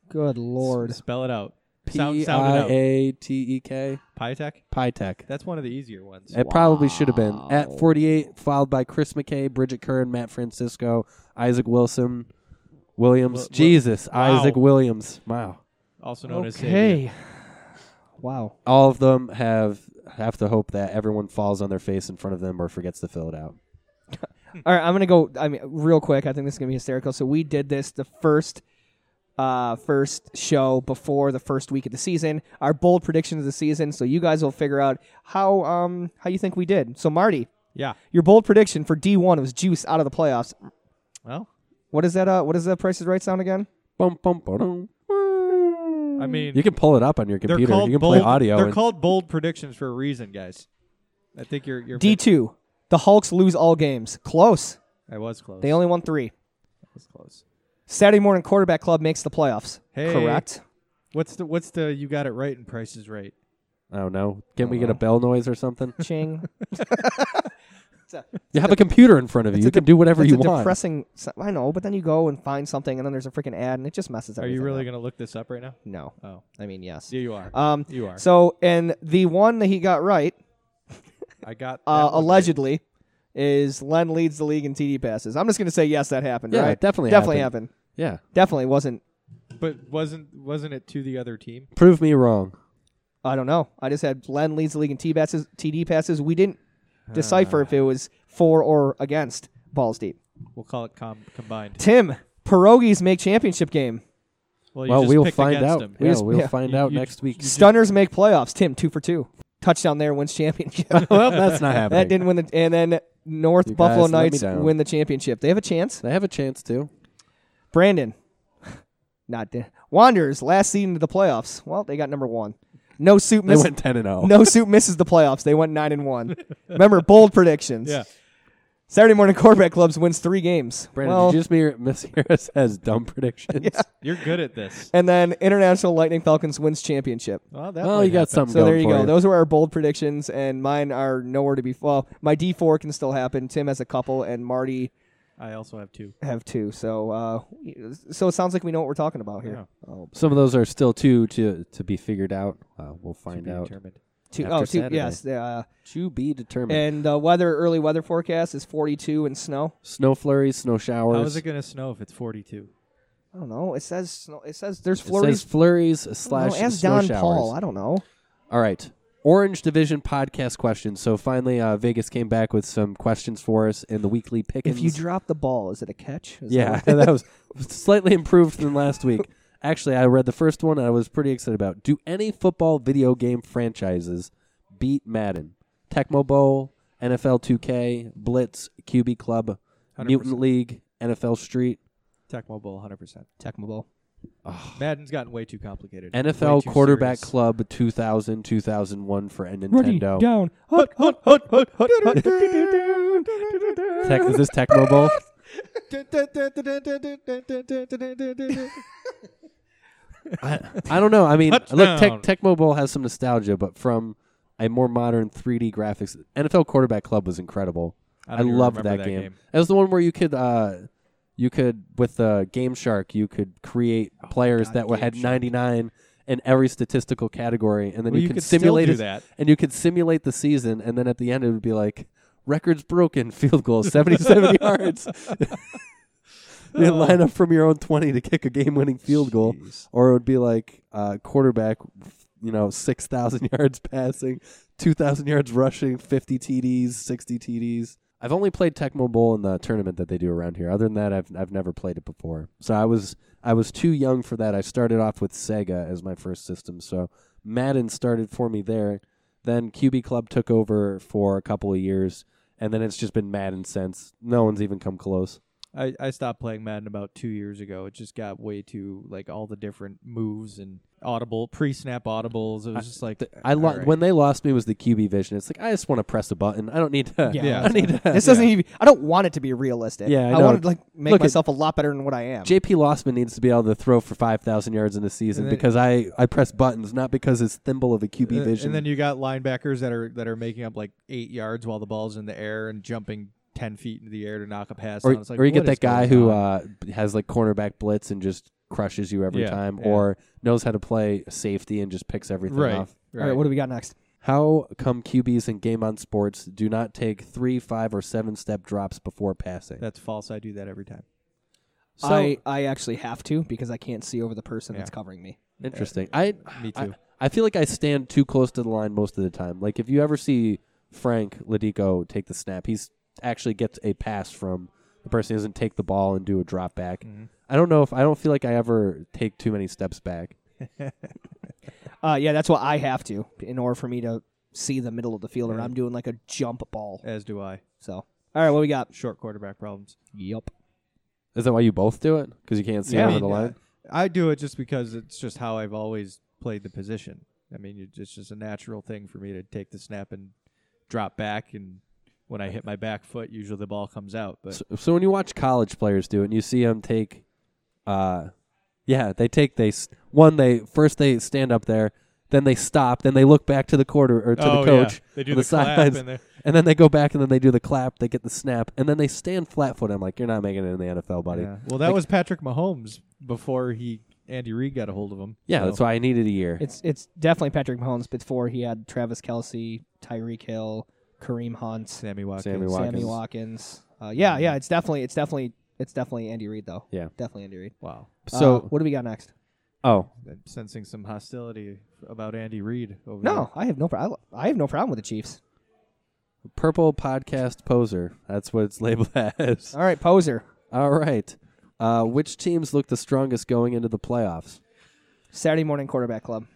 Good Lord.
Spell it out. Sound,
P
sound
i
it out.
a t e k.
Pytech.
Pytech.
That's one of the easier ones.
It probably should have been at 48, followed by Chris McKay, Bridget Curran, Matt Francisco, Isaac Wilson, Williams.
Wil- Wil-
Jesus,
Wow.
Isaac Williams. Wow.
Also known as Xavier.
Okay. Wow.
All of them have have to hope that everyone falls on their face in front of them or forgets to fill it out.
All right, I'm gonna go. I mean, real quick. I think this is gonna be hysterical. So we did this the first, uh, first show before the first week of the season. Our bold predictions of the season. So you guys will figure out how um how you think we did. So Marty,
Yeah.
your bold prediction for D1 was Juice out of the playoffs.
Well,
What is that? Uh, what does that Price is Right sound again?
Bum, bum, ba-dum.
I mean,
You can pull it up on your
they're
computer. You
called
can
bold.
play audio.
They're
and-
called bold predictions for a reason, guys. I think you're you're.
D2. The Hulks lose all games. Close.
I was close.
They only won three.
I was close.
Saturday morning quarterback club makes the playoffs.
Hey.
Correct.
What's the what's the you got it right and Price is right?
I don't know. Can we get a bell noise or something?
Ching.
You have a computer in front of you. You
a
can
de-
do whatever
That's
you
a
want.
depressing. s- I know, but then you go and find something, and then there's a freaking ad, and it just messes.
Are you
everything
really
up.
gonna look this up right now?
No,
Oh,
I mean yes.
yeah, you are.
Uh,
Um,
you are.
So, and the one that he got right,
I got that
uh,
one right.
allegedly, is Len leads the league in TD passes. I'm just gonna say yes, that happened.
Yeah,
right?
it definitely
definitely happened.
happened. yeah.
Definitely wasn't.
But wasn't wasn't it to the other team?
Prove me wrong.
I don't know. I just had Len leads the league in TD passes. TD passes. We didn't decipher
Ah.
if it was for or against balls deep.
We'll call it com- combined.
Tim pierogies make championship game.
Well, you
Well,
just
we'll
picked
find
against
out.
him.
Yeah,
just-
we'll
yeah.
find
You-
out
you-
next week.
Stunners make playoffs. Tim two for two. Touchdown there wins championship.
well, that's not happening.
That didn't win the, and then North
You
Buffalo
guys let me
Knights
down.
win the championship. They have a chance.
They have a chance too.
Brandon, not Dan. Wanderers last season to the playoffs. Well, they got number one. No suit
They
miss.
went ten and zero.
No suit misses the playoffs. They went nine and one. Remember bold predictions.
Yeah.
Saturday morning quarterback clubs wins three games.
Brandon,
well,
did you just mere- mishear us as dumb predictions?
You're good at this.
and then International Lightning Falcons wins championship.
Well, that
Well,
might
you got
happen.
something
So
going
there you
for
go.
you.
Those were our bold predictions, and mine are nowhere to be. Well, my D four can still happen. Tim has a couple, and Marty
I also have two.
have two. So, uh, so it sounds like we know what we're talking about here. Oh,
Some of those are still two to to be figured out. Uh, we'll
To
find
be
out.
determined.
two,
After
oh, two,
Saturday.
yes. Uh,
To be determined.
and the weather early weather forecast is 42 and snow.
snow flurries, snow
How
showers.
is it gonna snow if it's 42?
I don't know. It says snow. It says there's
It says
flurries. I
flurries
don't
slash
know, ask
snow
Don
showers.
Paul. I don't know.
All right. Orange Division podcast questions. So finally, uh, Vegas came back with some questions for us in the weekly pick.
If you drop the ball, is it a catch? Is
yeah,
that what-
that was slightly improved than last week. Actually, I read the first one and I was pretty excited about. Do any football video game franchises beat Madden? Tecmo Bowl, NFL 2K, Blitz, QB Club,
100%.
Mutant League, NFL Street,
Tecmo Bowl, 100. percent
Tecmo Bowl.
Madden's gotten way too complicated. Way
NFL
too
Quarterback
serious.
Club 2000, 2001 for Nintendo.
down.
Hut, hut, hut, hut, hut, hut.
Tec- is this Tecmo Bowl? I, I don't know. I mean, look,
Touchdown.
Tech, Tecmo Bowl has some nostalgia, but from a more modern 3D graphics, NFL Quarterback Club was incredible.
I
I,
don't even
loved
remember
that,
that
game.
game.
That was the one where you could, uh, you could with uh, Game Shark, you could create
Oh
players that were, had 99 in every statistical category, and then
Well,
you,
you
could,
could still
simulate
do
it-
that.
and you could simulate the season, and then at the end it would be like records broken, field goal 77 yards. You'd line up from your own 20 to kick a game winning field goal.
Jeez.
Or it would be like uh, quarterback, you know, 6,000 yards passing, 2,000 yards rushing, 50 TDs, 60 TDs. I've only played Tecmo Bowl in the tournament that they do around here. Other than that, I've I've never played it before. So I was I was too young for that. I started off with Sega as my first system. So Madden started for me there. Then QB Club took over for a couple of years, and then it's just been Madden since. No one's even come close.
I, I stopped playing Madden about two years ago. It just got way too like all the different moves and audible pre snap audibles. It was just like
I lo-
alright.
when they lost me was the QB vision. It's like I just want to press a button. I don't need to.
Yeah.
Yeah.
I need to.
This doesn't even. I don't want it to be realistic.
Yeah, I
I,
know.
want to like make
Look at-
myself a lot better than what I am.
JP Lossman needs to be able to throw for five thousand yards in a season
And then-
because I I press buttons, not because it's thimble of a QB
Uh, and,
vision.
and then you got linebackers that are that are making up like eight yards while the ball's in the air and jumping ten feet into the air to knock a pass.
or,
on. It's like,
or you get
what is
that guy
going
who
on?
uh, has like cornerback blitz and just crushes you every
Yeah,
time,
yeah.
or knows how to play safety and just picks everything
right,
off.
All right, what do we got next?
How come QBs in game on sports do not take three, five, or seven step drops before passing?
That's uh, false. I do that every time.
so
I I actually have to because I can't see over the person that's
Yeah.
covering me.
interesting. I
Me
I-
too.
I feel like I stand too close to the line most of the time. Like if you ever see Frank Ladico take the snap, he's actually gets a pass from the person who doesn't take the ball and do a drop back.
Mm-hmm.
I don't know if I don't feel like I ever take too many steps back.
Uh, yeah, that's what I have to in order for me to see the middle of the field, or I'm doing like a jump ball.
As do I.
So, all right, what we got?
Short quarterback problems.
Yup.
Is that why you both do it? Because you can't see
Yeah.
over
I mean,
the line.
I do it just because it's just how I've always played the position. I mean, it- it's just a natural thing for me to take the snap and drop back, and when I hit my back foot, usually the ball comes out. But
So, so when you watch college players do it, and you see them take, uh, yeah, they take they s- one they first they stand up there, then they stop, then they look back to the quarter or to
Oh,
the
yeah.
coach,
They do
on
the clap
sidelines,
and the-
and then they go back and then they do the clap, they get the snap, and then they stand flat footed. I'm like, you're not making it in the NFL, buddy. Yeah,
Yeah. well, that was Patrick Mahomes before he Andy Reid got a hold of him. so-
that's why I needed a year.
It's it's definitely Patrick Mahomes before he had Travis Kelsey, Tyreek Hill, Kareem Hunt, Sammy
Sammy Watkins.
Sammy
Watkins.
Watkins.
Uh, yeah, yeah, it's definitely it's definitely it's definitely Andy Reid though.
Yeah.
definitely Andy Reid.
Wow,
so
Uh, what do we got next?
oh,
I'm sensing some hostility about Andy Reid over
No, I have no problem. I have no problem with the Chiefs.
purple podcast poser. That's what it's labeled as.
All right, poser.
All right. Uh, which teams look the strongest going into the playoffs?
Saturday morning quarterback club.
there.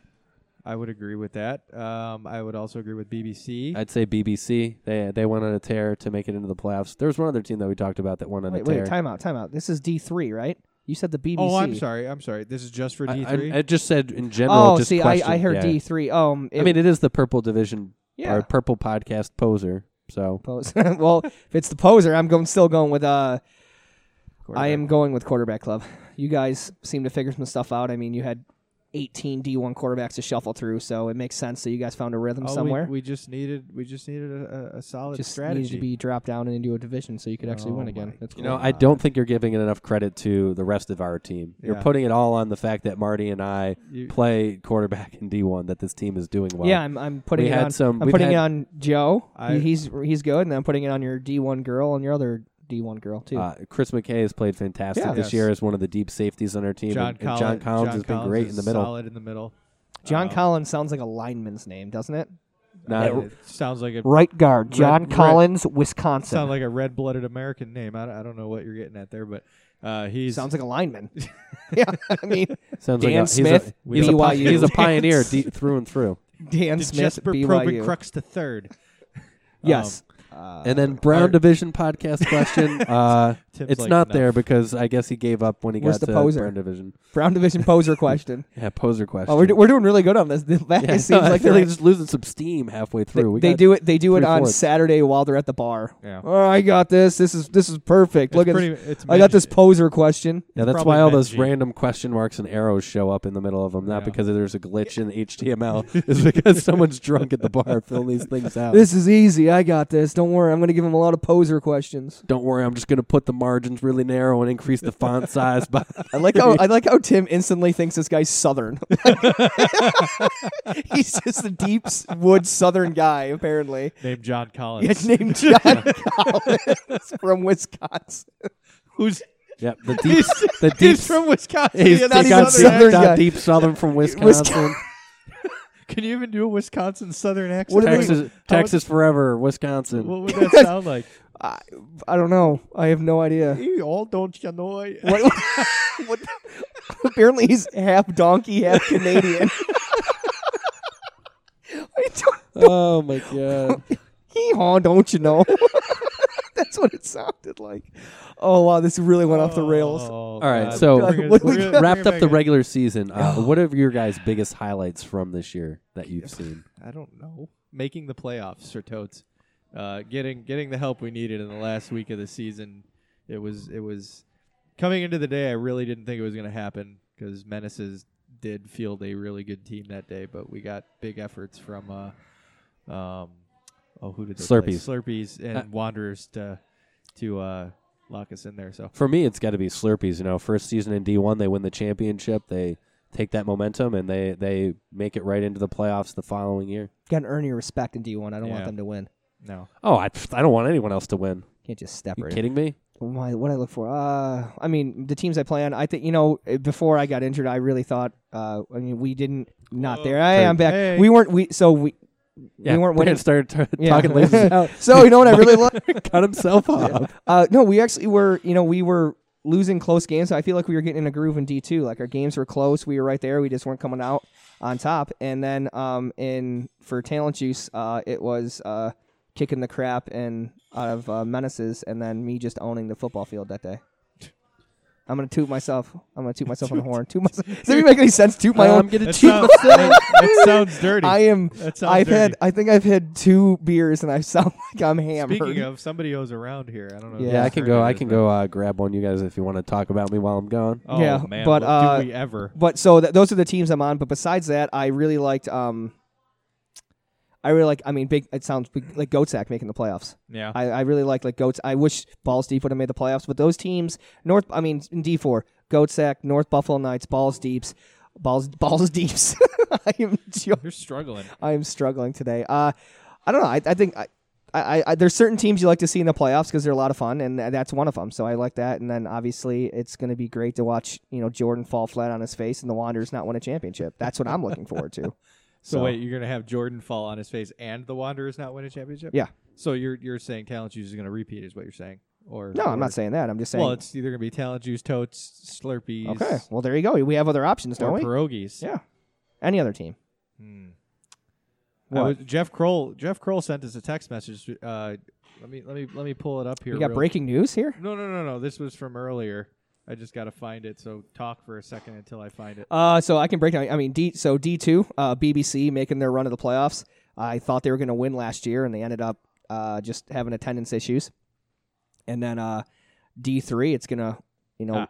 I would agree with that. Um, I would also agree with BBC.
I'd say BBC. They they went on a tear to make it into the playoffs. There was one other team that we talked about that went on
Wait,
a tear.
wait, time out, time out. This is D three, right? You said the BBC.
oh, I'm sorry. I'm sorry. This is just for
I-
D
I,
three.
I just said in general.
Oh,
just
see, I,
question-
I heard
yeah.
D three. Um,
I mean, it is the purple division
Yeah.
or purple podcast poser. So
pose. well, if it's the poser, I'm going still going with uh, I am going with quarterback club. You guys seem to figure some stuff out. I mean, you had 18 D1 quarterbacks to shuffle through, so it makes sense that you guys found a rhythm somewhere.
Oh, We, just needed. We just needed a, a- a solid
just
strategy.
needed to be dropped down and into a division so you could actually
Oh
win
my
again. That's
you
cool.
know, I don't think you're giving it enough credit to the rest of our team. You're
Yeah.
putting it all on the fact that Marty and I
You-
play quarterback in D1. That this team is doing well.
yeah, I'm, I'm putting
We
it
had
on.
some-
I'm
we've
putting it
had-
on Joe.
I-
he's he's good, and I'm putting it on your D1 girl and your other D1 girl too.
Uh, Chris McKay has played fantastic
Yeah.
this
Yes.
year as one of the deep safeties on our team.
John,
and, and John Collins has been great
is
in the middle.
Solid in the middle.
John
uh,
Collins sounds like a lineman's name, doesn't it?
Not-
Uh, it sounds like a
Right guard, John
red-
Collins, Wisconsin.
sound like a red-blooded American name. I, don't- I don't know what you're getting at there, but uh, he's
sounds like a lineman. yeah, I mean
Sounds
Dan
like a,
Smith,
He's a, he's a, pi-
BYU.
he's a pioneer de- through and through.
Dan
did
Smith,
Jesper um,
BYU.
Crux the third. uh,
yes,
And then Brown
Art.
Division podcast question. Uh,
Tim's
it's
like,
not
"No."
there because I guess he gave up when he
Where's
got
the
to
poser?
Brown Division.
Brown Division poser question.
Yeah, poser question.
Oh, we're, do- we're doing really good on this. That
yeah,
seems like
I feel
they're-
like just losing some steam halfway
they,
through. We
they
got-
do it. They do it
three
on
fourths.
Saturday while they're at the bar.
Yeah.
Oh, I got this. This is this is perfect.
It's
Look at
pretty-
this.
it's
I got this
magic.
poser question.
Yeah, that's
probably
why all
meant
those
G.
random question marks and arrows show up in the middle of them. Not
Yeah.
because there's a glitch in HTML. it's because someone's drunk at the bar filling these things out.
This is easy. I got this. Don't worry. I'm going to give him a lot of poser questions.
Don't worry, I'm just going to put the margins really narrow and increase the font size by.
I like how I like how Tim instantly thinks this guy's southern. He's just a deep s- wood southern guy apparently.
named John Collins.
It's named John Collins from Wisconsin.
who's
Yep, the deep, the deep,
He's from Wisconsin.
he's
He's not
he's
even
got
Southern
southern,
guy.
got deep southern from Wisconsin.
Can you even do a Wisconsin Southern accent?
What do we-
Texas, Texas forever, Wisconsin.
What would that sound like?
I, I don't know. I have no idea.
You all don't you know? I-
What, what, apparently, he's half donkey, half Canadian. I don't,
oh my god!
hee haw, don't you know? That's what it sounded like. Oh wow, this really went off the rails.
All
right, so-
What we got?
Wrapped up the regular season. Uh, what are your guys' biggest highlights from this year that you've seen?
I don't know. Making the playoffs for totes. Uh, getting getting the help we needed in the last week of the season. It was it was coming into the day. I really didn't think it was going to happen because Menaces did field a really good team that day, but we got big efforts from uh, um, oh who did they play?
Slurpees.
Slurpees and
Uh,
Wanderers to to uh, lock us in there. So
For me, it's got to be Slurpees. You know, first season in D one, they win the championship. They take that momentum and they they make it right into the playoffs the following year.
Got to earn your respect in D1. I don't want
Yeah.
them to win.
no,
Oh, I, pff, I don't want anyone else to win.
Can't just step
You
right. in.
kidding me?
my what I look for. Uh, I mean the teams I play on. I think you know eh, before I got injured, I really thought. Uh, I mean we didn't not
Whoa.
there. Hey, I'm back.
Hey.
We weren't. We so we
Yeah,
we weren't
Brandon
winning.
started t-
Yeah.
talking laces out.
So you know what I really love.
Cut himself off.
Uh, no, we actually were. You know we were losing close games. I feel like we were getting in a groove in D two. Like our games were close. We were right there. We just weren't coming out on top. And then um in for talent juice, uh, it was uh kicking the crap and out of uh, menaces, and then me just owning the football field that day. I'm gonna toot myself. I'm gonna toot myself on the horn. Toot myself. Does that even make any sense? Toot my own.
gonna
that sounds, that, that sounds Uh, dirty.
I am.
That sounds
I've
dirty.
had. I think I've had two beers, and I sound like I'm hammered.
Speaking of, somebody owes around here. I don't know. if
Yeah,
you've
Yeah, I can
heard
go.
of
I
this,
can
but-
go uh, grab one, you guys, if you want to talk about me while I'm gone.
Oh
Yeah,
man,
but,
what
uh,
do we ever?
But so th- those are the teams I'm on. But besides that, I really liked. Um, I really like. I mean, big. It sounds big, like Goatsack making the playoffs.
Yeah,
I, I really like like goats. I wish Balls Deep would have made the playoffs, but those teams, North, I mean in D four, Goatsack, North Buffalo Knights, Balls Deeps, Balls Balls Deeps. I am jo-
you're struggling.
I am struggling today. Uh, I don't know. I, I think I, I, I there's certain teams you like to see in the playoffs because they're a lot of fun, and th- that's one of them. So I like that. And then obviously it's going to be great to watch you know Jordan fall flat on his face and the Wanderers not win a championship. That's what I'm looking forward to.
So,
So-
wait, you're gonna have Jordan fall on his face and the Wanderers not win a championship?
Yeah.
So you're you're saying Talent Juice is gonna repeat is what you're saying? Or
No, I'm
or-
not saying that. I'm just saying.
Well, it's either gonna be Talent Juice, Totes, Slurpees,
okay. Well, there you go. We have other options,
or
don't we?
Pierogies.
Yeah. Any other team.
Hmm. I
What?
was- Jeff Kroll. Jeff Kroll sent us a text message. Uh, let me let me let me pull it up here.
We got
real-
breaking news here.
No, no, no, no. This was from earlier. I just gotta find it. So talk for a second until I find it.
Uh, so I can break down. I mean, D. So D two, uh, BBC making their run of the playoffs. I thought they were going to win last year, and they ended up uh, just having attendance issues. And then uh, D three, it's gonna, you know,
Ah.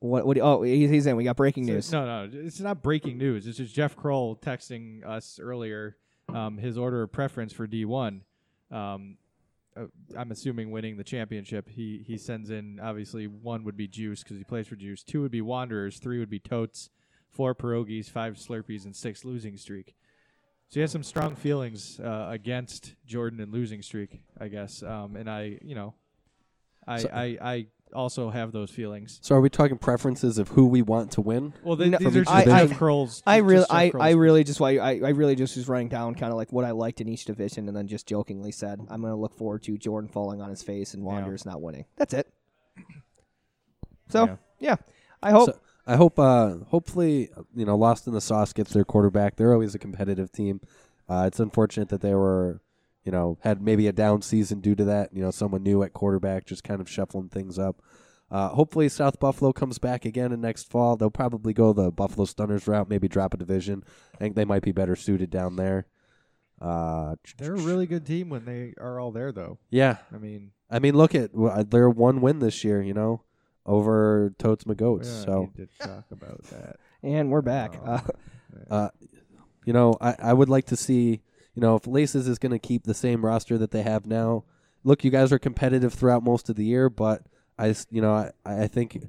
what? What? Oh, he's, he's in. We got breaking
So-
news.
No, no, it's not breaking news. It's just Jeff Kroll texting us earlier um, his order of preference for D1. Um, uh, I'm assuming winning the championship. He he sends in obviously one would be Juice because he plays for Juice. Two would be Wanderers. Three would be Totes. Four pierogies, five Slurpees, and six losing streak. So he has some strong feelings uh, against Jordan and losing streak, I guess. Um, and I, you know, I,
So-
I I also have those feelings.
So, are we talking preferences of who we want to win?
Well, th-
No,
these are
I-
just
I-
Jeff Kroll's.
I
just
really,
Jeff
I, I
Kroll's-
really just, why I, I really just was writing down kind of like what I liked in each division, and then just jokingly said, I'm going to look forward to Jordan falling on his face and Wanderers not winning. That's it. So
Yeah.
yeah, I
Oh.
hope.
So, I hope. Uh, hopefully, you know, Lost in the Sauce gets their quarterback. They're always a competitive team. Uh, it's unfortunate that they were, you know, had maybe a down season due to that. You know, someone new at quarterback just kind of shuffling things up. Uh, hopefully, South Buffalo comes back again in next fall. They'll probably go the Buffalo Stunners route, maybe drop a division. I think they might be better suited down there. Uh,
They're a really good team when they are all there, though.
yeah.
I mean,
I mean, look at w- uh, their one win this year. You know, over Totes
Oh,
McGoats.
yeah, I
so
need to talk about that.
and we're back.
Oh.
Uh,
you know, I, I would like to see, you know, if Laces is going to keep the same roster that they have now. Look, you guys are competitive throughout most of the year, but I, s- you know, I, I think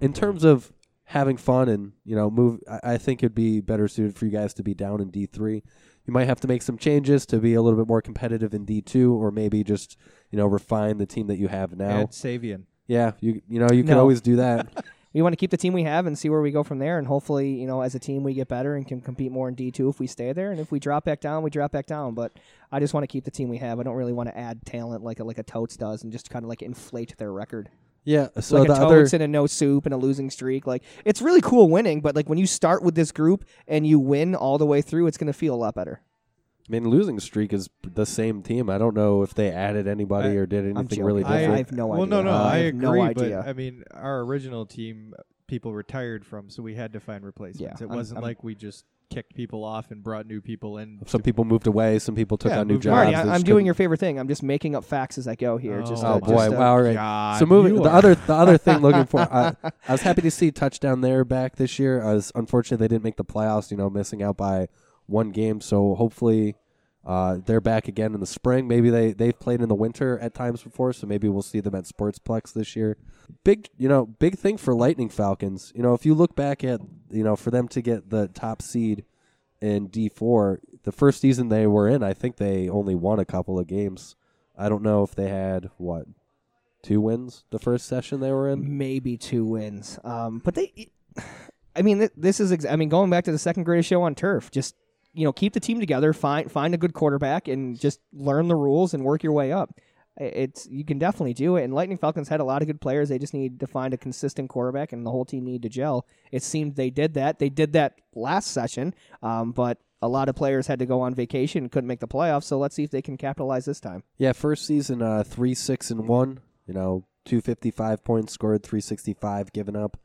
in terms of having fun and, you know, move, I, I think it'd be better suited for you guys to be down in D3. You might have to make some changes to be a little bit more competitive in D2 or maybe just, you know, refine the team that you have now.
Add Savian.
Yeah, you you know you can
No.
always do that.
We want to keep the team we have and see where we go from there. And hopefully, you know, as a team, we get better and can compete more in D two if we stay there. And if we drop back down, we drop back down. But I just want to keep the team we have. I don't really want to add talent like a, like a totes does and just kind of like inflate their record.
yeah. So
like
the
a totes and
other
a no soup and a losing streak. Like it's really cool winning, but like when you start with this group and you win all the way through, it's gonna feel a lot better.
I mean, losing streak is the same team. I don't know if they added anybody
I-
or did anything really
joking. I-
different.
have no
well,
idea.
no, no.
Uh,
I,
I have
agree,
no idea.
but I mean, our original team uh, people retired from, so we had to find replacements.
Yeah,
it
I'm-
wasn't
I'm-
like we just kicked people off and brought new people in.
some people moved away. Some people took
Yeah,
on new
moved
jobs.
away.
Marty,
Jobs
I,
They
I'm
just
doing
couldn't-
your favorite thing. I'm just making up facts as I go here. just
Oh,
uh,
Oh
just,
boy!
uh,
wow! All right.
God,
so moving
you
the
are-
other the other thing looking for. I, I was happy to see touchdown there back this year. I was unfortunately they didn't make the playoffs. You know, missing out by one game. So hopefully. Uh, they're back again in the spring. Maybe they they've played in the winter at times before, so maybe we'll see them at Sportsplex this year. Big, you know, big thing for Lightning Falcons. You know, if you look back at you know for them to get the top seed in D four, the first season they were in, I think they only won a couple of games. I don't know if they had what two wins the first session they were in.
maybe two wins. Um, but they, I mean, th- this is. Ex- I mean, going back to the second greatest show on turf, just you know, keep the team together, find find a good quarterback, and just learn the rules and work your way up. I- It's you can definitely do it. And Lightning Falcons had a lot of good players. They just need to find a consistent quarterback, and the whole team need to gel. It seemed they did that. They did that last session, um, but a lot of players had to go on vacation and couldn't make the playoffs. So let's see if they can capitalize this time.
Yeah, first season uh, three six and one. You know, two fifty five points scored, three sixty five given up.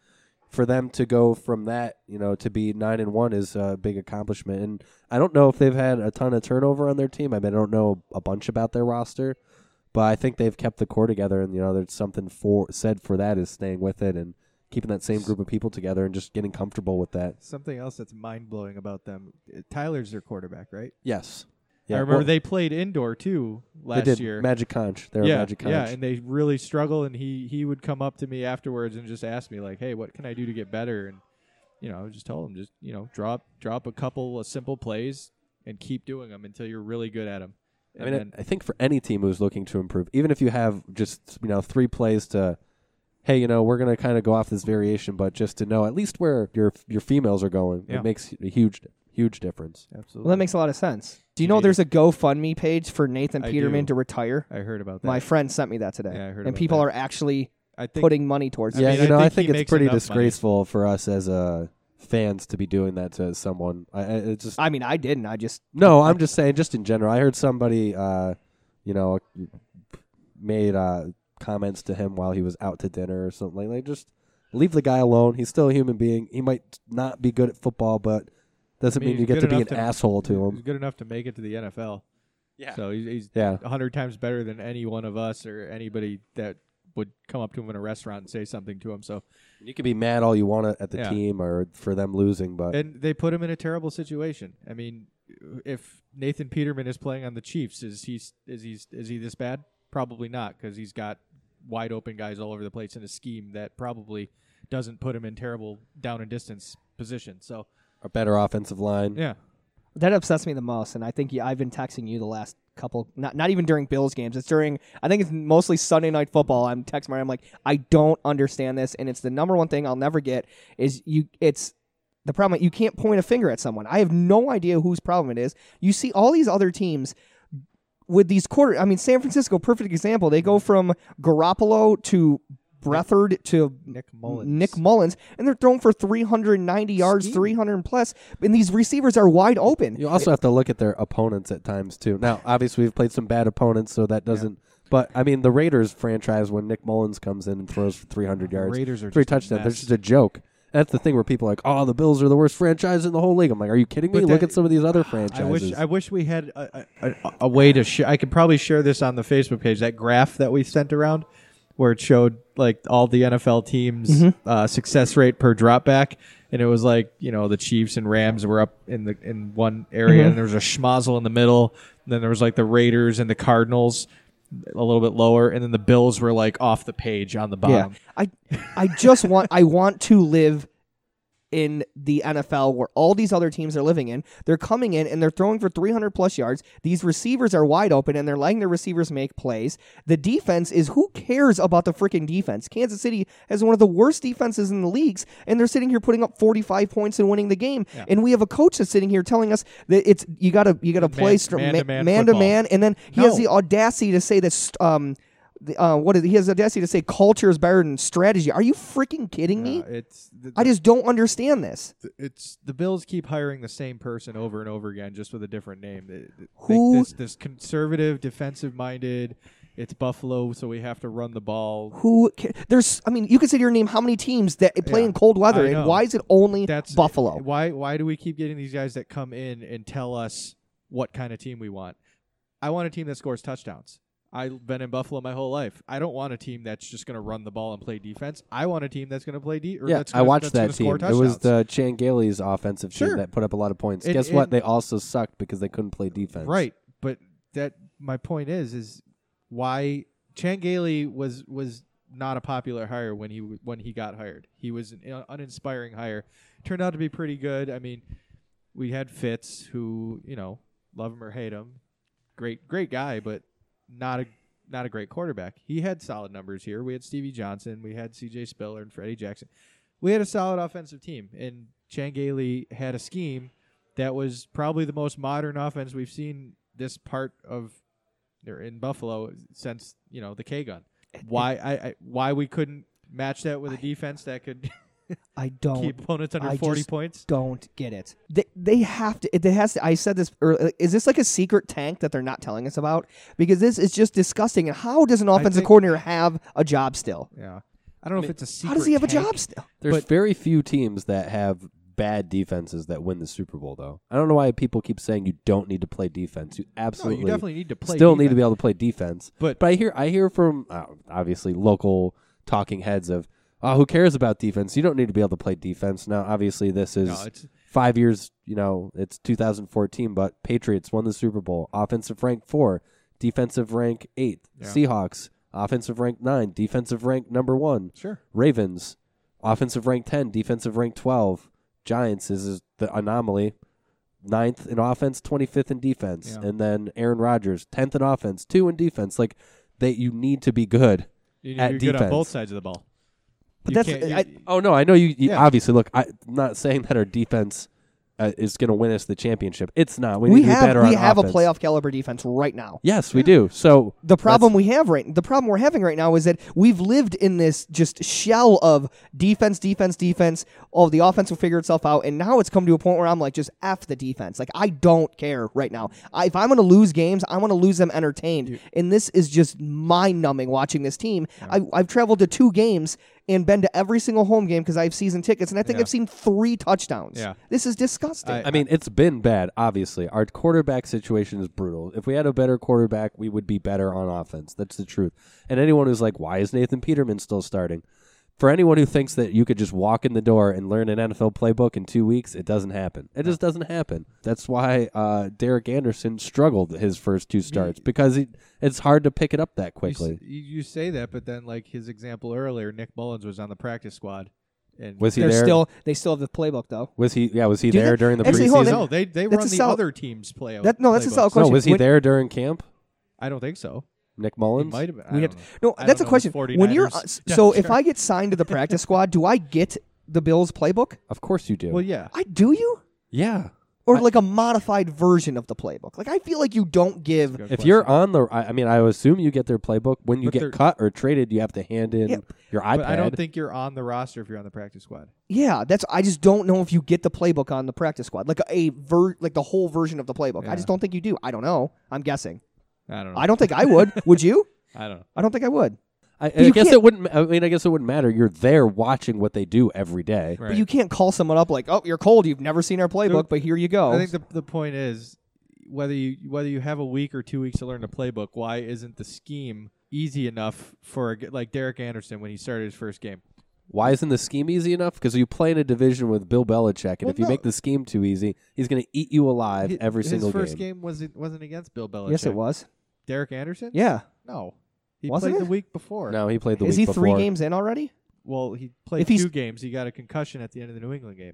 For them to go from that, you know, to be nine and one is a big accomplishment. And I don't know if they've had a ton of turnover on their team. I mean, I don't know a bunch about their roster, but I think they've kept the core together. And you know, there's something for said for that is staying with it and keeping that same group of people together and just getting comfortable with that.
Something else that's mind blowing about them. uh, Tyler's their quarterback, right?
Yes.
I remember they played indoor too last
they did
year.
Magic Conch. They're
yeah,
a Magic Conch.
yeah, and they really struggle. And he he would come up to me afterwards and just ask me like, "Hey, what can I do to get better?" And you know, I would just tell him just you know drop drop a couple of simple plays and keep doing them until you're really good at them.
I mean, I I think for any team who's looking to improve, even if you have just you know three plays to, hey, you know, we're gonna kind of go off this variation, but just to know at least where your your females are going,
Yeah.
it makes a huge huge difference.
absolutely.
Well, that makes a lot of sense. Do you
Yeah,
know
you-
there's a GoFundMe page for Nathan
I
Peterman
do.
to retire?
I heard about that.
My friend sent me that today,
Yeah, I heard
and
about
people
that.
are actually
I think
putting money towards
yeah,
it.
mean,
you
I
know, I
think
think,
he
it's
makes
pretty
enough money.
disgraceful for us as uh, fans to be doing that to someone. I, I it just
I mean, I didn't. I just
No, I'm just saying, just in general. I heard somebody, uh, you know, made uh, comments to him while he was out to dinner or something. Like, just leave the guy alone. He's still a human being. He might not be good at football, but doesn't
I mean,
mean, you
he's
get
good
to be an
enough to-
asshole to
He's
him.
good enough to make it to the NFL.
Yeah.
So he's, he's
Yeah,
a hundred times better than any one of us or anybody that would come up to him in a restaurant and say something to him. So
you can be mad all you want at the
Yeah.
team or for them losing, but
and they put him in a terrible situation. I mean, if Nathan Peterman is playing on the Chiefs, is he is he is he this bad? Probably not, because he's got wide open guys all over the place in a scheme that probably doesn't put him in terrible down and distance position. So
a better offensive line.
yeah,
that upsets me the most, and I think yeah, I've been texting you the last couple. Not not even during Bills games. It's during. I think it's mostly Sunday night football. I'm texting Mario. I'm like, I don't understand this, and it's the number one thing I'll never get. Is you? It's the problem. You can't point a finger at someone. I have no idea whose problem it is. You see all these other teams with these quarter. I mean, San Francisco, perfect example. They go from Garoppolo to Brethard to
Nick Mullins.
Nick Mullins, and they're thrown for 390 yards, 300 plus, and these receivers are wide open.
You also have to look at their opponents at times too. Now, obviously, we've played some bad opponents, so that doesn't. But I mean, the Raiders franchise when Nick Mullins comes in and throws for 300 yards,
Raiders are
three
just a
touchdowns. That's
mess.
just a joke. That's the thing where people are like, "Oh, the Bills are the worst franchise in the whole league." I'm like, "Are you kidding
But
me? Look
that-
at some of these other
I
franchises."
wish I wish we had a, a, a- a way to share. I could probably share this on the Facebook page. That graph that we sent around, where it showed like all the NFL teams'
Mm-hmm.
uh, success rate per dropback, and it was like you know the Chiefs and Rams were up in the in one area,
Mm-hmm.
and there was a schmozzle in the middle. And then there was like the Raiders and the Cardinals, a little bit lower, and then the Bills were like off the page on the bottom.
I I just want I want to live in the NFL where all these other teams are living in. They're coming in and they're throwing for 300 plus yards. These receivers are wide open and they're letting their receivers make plays. The defense is who cares about the freaking defense? Kansas City has one of the worst defenses in the leagues and they're sitting here putting up 45 points and winning the game. And we have a coach that's sitting here telling us that it's you got to you got to play str- ma-
man-to-man
man to man and then he has
No.
the audacity to say that st- um the, uh, what is, he has the audacity to say culture is better than strategy. Are you freaking kidding me?
Uh, it's the,
I just don't understand this.
the- it's the Bills keep hiring the same person over and over again, just with a different name. They- they-
Who-
this, this conservative, defensive-minded? It's Buffalo, so we have to run the ball.
Who ca- there's I mean, you can sit here and name how many teams that play
Yeah.
in cold weather
I
and
know.
why is it only
That's
Oh.
Buffalo?
Why why do we keep getting these guys that come in and tell us what kind of team we want? I want a team that scores touchdowns. I've been in Buffalo my whole life. I don't want a team that's just going to run the ball and play defense. I want a team that's going to play defense.
Yeah, I watched that team. It was the Chan Gailey's offensive
Sure.
team that put up a lot of points.
And-
Guess what?
and-
They also sucked because they couldn't play defense.
Right, but that my point is is why Chan Gailey was was not a popular hire when he w- when he got hired. He was an un- uninspiring hire. Turned out to be pretty good. I mean, we had Fitz, who you know, love him or hate him, great great guy, but not a not a great quarterback. He had solid numbers here. We had Stevie Johnson, we had C.J. Spiller and Freddie Jackson. We had a solid offensive team, and Chan Gailey had a scheme that was probably the most modern offense we've seen this part of or in Buffalo since you know the K gun. Why I, I why we couldn't match that with a defense that could
I don't
keep opponents under
Oh, I
forty
just
points?
don't get it. They, they have to. It has to. I said this. Earlier, is this like a secret tank that they're not telling us about? Because this is just disgusting. And how does an offensive
think-
coordinator have a job still?
Yeah, I don't know if it's a secret.
How does he have a
tank.
job still?
There's
But-
very few teams that have bad defenses that win the Super Bowl, though. I don't know why people keep saying you don't need to play defense. You
No,
absolutely
you definitely need to play.
still need
defense.
to be able to play defense.
But-
I hear I hear from uh, obviously local talking heads of, oh, who cares about defense? You don't need to be able to play defense. Now, obviously, this is
No, it's-
five years. You know, it's 2014, but Patriots won the Super Bowl. Offensive rank four, defensive rank eight.
Yeah.
Seahawks offensive rank nine, defensive rank number one.
Sure.
Ravens offensive rank ten, defensive rank twelve. Giants is, is the anomaly ninth in offense, twenty fifth in defense,
Yeah.
and then Aaron Rodgers tenth in offense, two in defense. Like they, you need to be good.
You
at
need to be good on
defense.
both sides of the ball.
But
You
that's-
can't- you-
I-
Oh no, I know you. you
Yeah.
Obviously, look, I, am not saying that our defense uh, is going to win us the championship. It's not. We,
We
need to be
have
better
we
on
have
offense.
a playoff caliber defense right now.
Yes, we do. So
The problem we have right the problem we're having right now is that we've lived in this just shell of defense, defense, defense. All the offense will figure itself out, and now it's come to a point where I'm like, just f the defense. Like I don't care right now. I, if I'm going to lose games, I want to lose them entertained. and this is just mind numbing watching this team. I, I've traveled to two games and been to every single home game because I have season tickets, and I think
Yeah.
I've seen three touchdowns.
Yeah.
This is disgusting.
I-
I mean, it's been bad, obviously. Our quarterback situation is brutal. If we had a better quarterback, we would be better on offense. That's the truth. And anyone who's like, why is Nathan Peterman still starting? For anyone who thinks that you could just walk in the door and learn an NFL playbook in two weeks, it doesn't happen. It just doesn't happen. That's why uh, Derek Anderson struggled his first two starts because he, it's hard to pick it up that
You s-
quickly.
You, you say that, but then like his example earlier, Nick Mullins was on the practice squad, and
Was he
They're
there?
still they still have the playbook though.
was he? Yeah, was he
Do
there
they-
during the
actually,
preseason?
hold on,
no, they they
that's
run
a
the
solid-
other team's play.
That- no, that's a
playbooks.
solid
no,
question.
was he
When-
there during camp?
I don't think so.
Nick
He
Mullins
might have been. I
We
don't
have-
know.
No,
I
that's a
don't know the
question. When you're uh,
49ers.
so,
Yeah,
if
sure.
I get signed to the practice squad, do I get the Bills playbook?
Of course you do.
Well, yeah.
I do you,
yeah.
or like a modified version of the playbook? Like I feel like you don't give.
Good
If
question.
you're on the, I I mean, I assume you get their playbook when you
But they're-
get cut or traded. You have to hand in
Yeah.
your iPad.
but I don't think you're on the roster if you're on the practice squad.
Yeah, that's. I just don't know if you get the playbook on the practice squad, like a ver, like the whole version of the playbook. I
Yeah.
just don't think you do. I don't know. I'm guessing.
I don't know.
I don't think I would. would you?
I don't know.
I don't think I would.
I, I
you
guess
can't-
it wouldn't. ma- I mean, I guess it wouldn't matter. You're there watching what they do every day.
But you can't call someone up like, "Oh, you're cold. You've never seen our playbook, but here you go."
I think the the point is whether you whether you have a week or two weeks to learn the playbook. Why isn't the scheme easy enough for a g like Derek Anderson when he started his first game?
Why isn't the scheme easy enough? Because you play in a division with Bill Belichick, and
Well,
if you
no.
make the scheme too easy, he's going to eat you alive
Hi-
every
his
single
first game wasn't wasn't against Bill Belichick.
yes, it was.
Derek Anderson.
Yeah.
No, he
Wasn't
played
it?
the week before.
No, he played the
Is
week
he three
before.
games in already?
Well, he played
If he's-
two games. He got a concussion at the end of the New England game.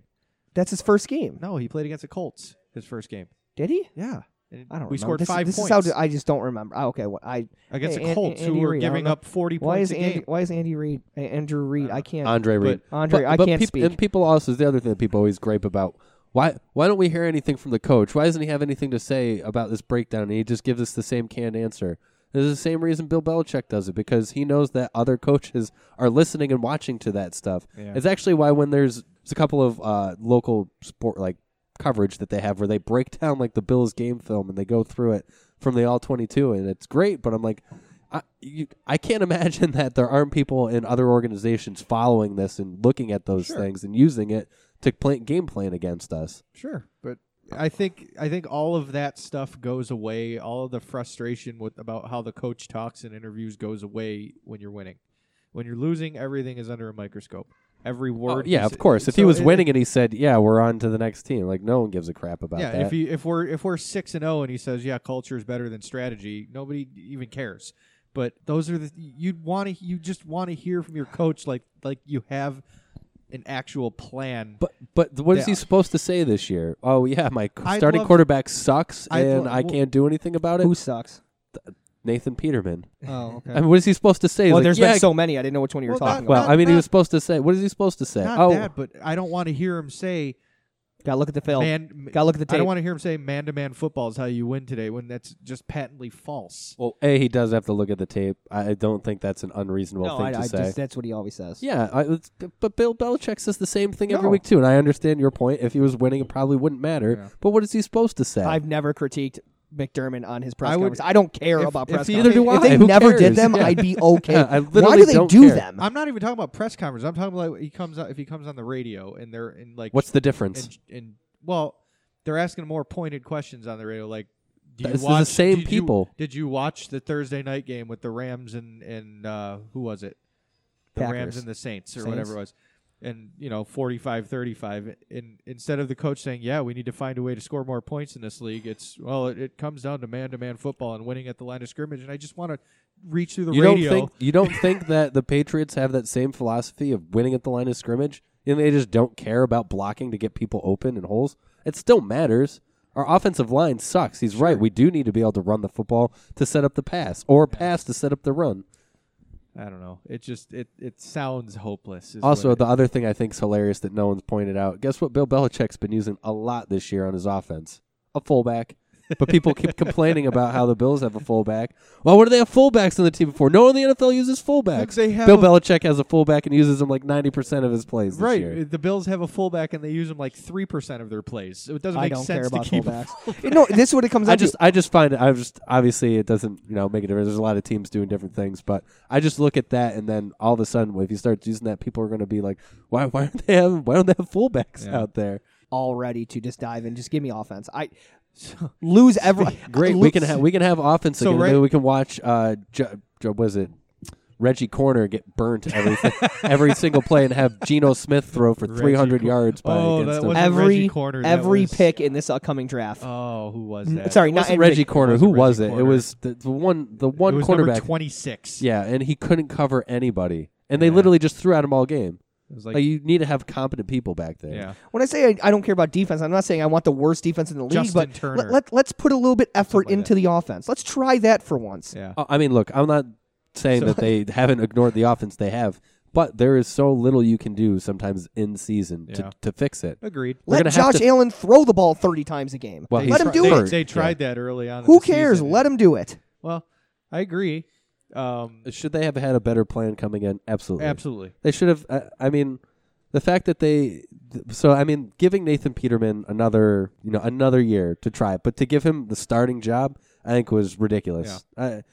That's his first game.
No, he played against the Colts his first game.
Did he?
Yeah. And
I don't. remember.
We scored
This-
five
this
points
Is how, d- I just don't remember. Ah, okay, well, I
against
Hey,
the
An-
Colts,
Andy
who were
Reid, I don't
giving
know.
up 40
Why
points
is
a
Andy?
game.
Why is Andy Reid? A- Andrew Reid. I can't.
Andre
But-
Reed.
Andre, I can't
peop-
speak.
And people also is the other thing that people always gripe about. Why why don't we hear anything from the coach? Why doesn't he have anything to say about this breakdown? And he just gives us the same canned answer. This is the same reason Bill Belichick does it because he knows that other coaches are listening and watching to that stuff.
Yeah.
It's actually why when there's, there's a couple of uh, local sport like coverage that they have where they break down like the Bills game film and they go through it from the all 22 and it's great but I'm like I you, I can't imagine that there aren't people in other organizations following this and looking at those
Sure.
things and using it to play, game plan against us.
Sure, but I think I think all of that stuff goes away. All of the frustration with about how the coach talks and interviews goes away when you're winning. When you're losing, everything is under a microscope. Every word.
Oh, yeah,
is-
of course. If
Oh,
he
so
was
it-
winning and he said, "Yeah, we're on to the next team," like no one gives a crap about
yeah,
that.
if he if we're if we're six and zero and he says, yeah, culture is better than strategy, nobody even cares. But those are the you'd want to you just want to hear from your coach like like you have an actual plan.
but but what is
Yeah.
he supposed to say this year? Oh yeah, my c-
I'd
starting
love-
quarterback sucks
I'd
and
lo-
I can't do anything about it.
Who sucks?
Nathan Peterman.
Oh, okay.
I mean, what is he supposed to say? He's
well,
like,
there's
yeah,
been so many. I didn't know which one you were
Well,
talking
that-
about.
well, I mean,
not-
he was supposed to say. What is he supposed to say?
not
oh,
that, but I don't want to hear him say
Gotta look at the
Oh,
film.
man.
Gotta look at the
I
tape.
don't want to hear him say man to man football is how you win today when that's just patently false.
Well, a he does have to look at the tape. I I don't think that's an unreasonable
no,
thing
I,
to
I
say.
just that's what he always says.
yeah, I, it's, but Bill Belichick says the same thing every
No.
week too, and I understand your point. If he was winning, it probably wouldn't matter.
Yeah.
But what is he supposed to say?
I've never critiqued McDermott on his press
I would-
conference. I don't care
if-
about
if
press
he-
conferences.
Neither do
If they
I. Who
never
cares?
did them,
Yeah.
I'd be okay.
Yeah, I
Why
literally
do they
don't
do
care.
them?
I'm not even talking about press conferences. I'm talking about he comes out if he comes on the radio and they're in like
What's the difference?
and, and well, they're asking more pointed questions on the radio like do you
This is the
watch
same
did you-
people.
did you watch the Thursday night game with the Rams and and uh, who was it? The Rams
Packers.
and the Saints or
Saints.
whatever it was. And you know, 45-35 and instead of the coach saying, "Yeah, we need to find a way to score more points in this league." It's well, it, it comes down to man-to-man football and winning at the line of scrimmage and I just want to reach through the
you
radio.
don't think you don't think that the Patriots have that same philosophy of winning at the line of scrimmage, and they just don't care about blocking to get people open and holes. It still matters. Our offensive line sucks. He's right. We do need to be able to run the football to set up the pass, or pass to set up the run.
I don't know. It just it it sounds hopeless. is
Also,
what
the
it-
other thing I think is hilarious that no one's pointed out. Guess what? Bill Belichick's been using a lot this year on his offense. A fullback. But people keep complaining about how the Bills have a fullback. Well, what do they have fullbacks on the team for? No one in the NFL uses fullbacks.
They have
Bill
a-
Belichick has a fullback and uses him like ninety percent of his plays. This
right.
Year.
The Bills have a fullback and they use him like three percent of their plays. So it doesn't
I
make
don't care
sense
about
to keep.
fullbacks. no, this is what it comes down
I just, I just find it. I just obviously it doesn't, you know, make a difference. There's a lot of teams doing different things, but I just look at that, and then all of a sudden, if you start using that, people are going to be like, why, why aren't they have, why don't they have fullbacks
Yeah.
out there?
to already to just dive in. Just give me offense. I lose every
Great,
lo-
we can have we can have offense
So
again. and
right-
then we can watch. Uh, Ju- Ju- was it Reggie Corner get burnt every every single play and have Geno Smith throw for
Reggie
three hundred
Cor-
yards by
Oh,
against
that
him.
wasn't
every
Reggie Corner, that
every
was-
pick in this upcoming draft.
Oh, who was
N-
that?
Sorry,
It
not
wasn't
every-
Reggie Corner.
It
Who
wasn't
was
Reggie
it? It
Corner.
was the, the one the
it
one
was
quarterback.
twenty six.
Yeah, and he couldn't cover anybody, and they
Yeah.
literally just threw at him all game.
it was
Like,
like,
you need to have competent people back there.
yeah.
When I say I, I don't care about defense, I'm not saying I want the worst defense in the league,
Justin
but
Turner.
Let, let, let's put a little bit effort
Something like
into the offense. Let's try that for once.
Yeah.
Uh, I mean, look, I'm not saying that they haven't ignored the offense they have, but there is so little you can do sometimes in season
Yeah.
to, to fix it.
Agreed.
We're
Let
gonna have
Josh
to-
Allen throw the ball 30 times a game.
Well,
let
he's
him do
they,
hurt.
it.
They tried that early on. in
Who
the
cares?
season.
Let him do it.
Well, I agree. Um,
Should they have had a better plan coming in? Absolutely.
absolutely.
They should have. I, I mean, the fact that they. th- So I mean, giving Nathan Peterman another, you know, another year to try it, but to give him the starting job, I think was ridiculous. I,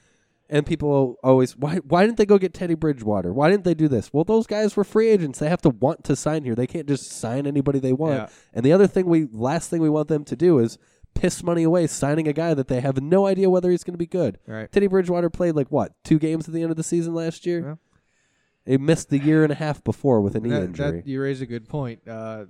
and people always, why, why didn't they go get Teddy Bridgewater? Why didn't they do this? Well, those guys were free agents. They have to want to sign here. They can't just sign anybody they want.
Yeah.
And the other thing we, last thing we want them to do is piss money away signing a guy that they have no idea whether he's going to be good.
Right.
Teddy Bridgewater played like what two games at the end of the season last year. He missed the year and a half before with a knee
That,
injury.
that you raise a good point. Uh,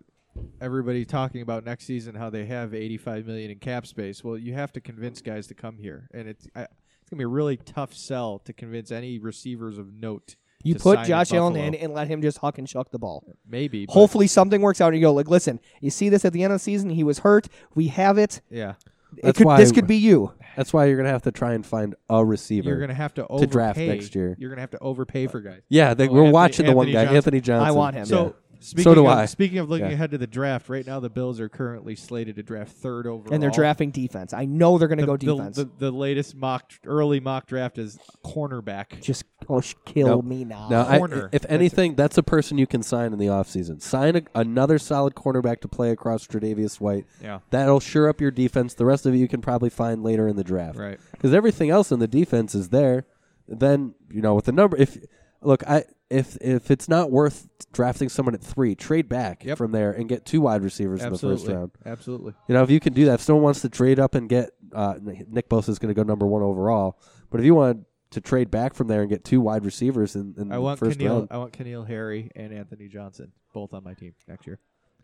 everybody talking about next season how they have 85 million in cap space. Well, you have to convince guys to come here, and it's I, it's gonna be a really tough sell to convince any receivers of note.
You
to
put
sign in
Josh Allen
Buffalo.
in and let him just huck and shuck the ball.
Maybe. but-
Hopefully something works out and you go like, listen, you see this at the end of the season, he was hurt. We have it.
Yeah.
it
That's
could,
why-
this could be you.
That's why you're gonna have to try and find a receiver.
You're gonna have to overpay.
To draft next year.
You're gonna have to overpay for guys.
yeah, they,
Oh,
we're
Anthony-
watching the one
Anthony
guy,
Johnson.
Anthony Johnson.
I want him.
So
Yeah.
speaking
So do
of,
I.
Speaking of looking
Yeah.
ahead to the draft, right now the Bills are currently slated to draft third overall,
And they're drafting defense. I know they're going to
The,
go
the-
defense.
The, the latest mock, early mock draft is cornerback.
just oh, sh- kill
Nope.
me now.
Now, I,
Corner.
if anything, that's a person you can sign in the offseason. Sign a, another solid cornerback to play across Tre'Davious White.
Yeah.
That'll shore up your defense. The rest of it you can probably find later in the draft.
Right.
Because everything else in the defense is there. Then you know with the number. If look, I if if it's not worth drafting someone at three, trade back
Yep.
from there and get two wide receivers in the first
Absolutely.
round.
Absolutely.
You know, if you can do that, if someone wants to trade up and get uh, Nick Bosa is going to go number one overall, but if you want to trade back from there and get two wide receivers in, in
I
the
want
Mm, first
Keneal,
round,
I want Keneal Harry and Anthony Johnson both on my team next year.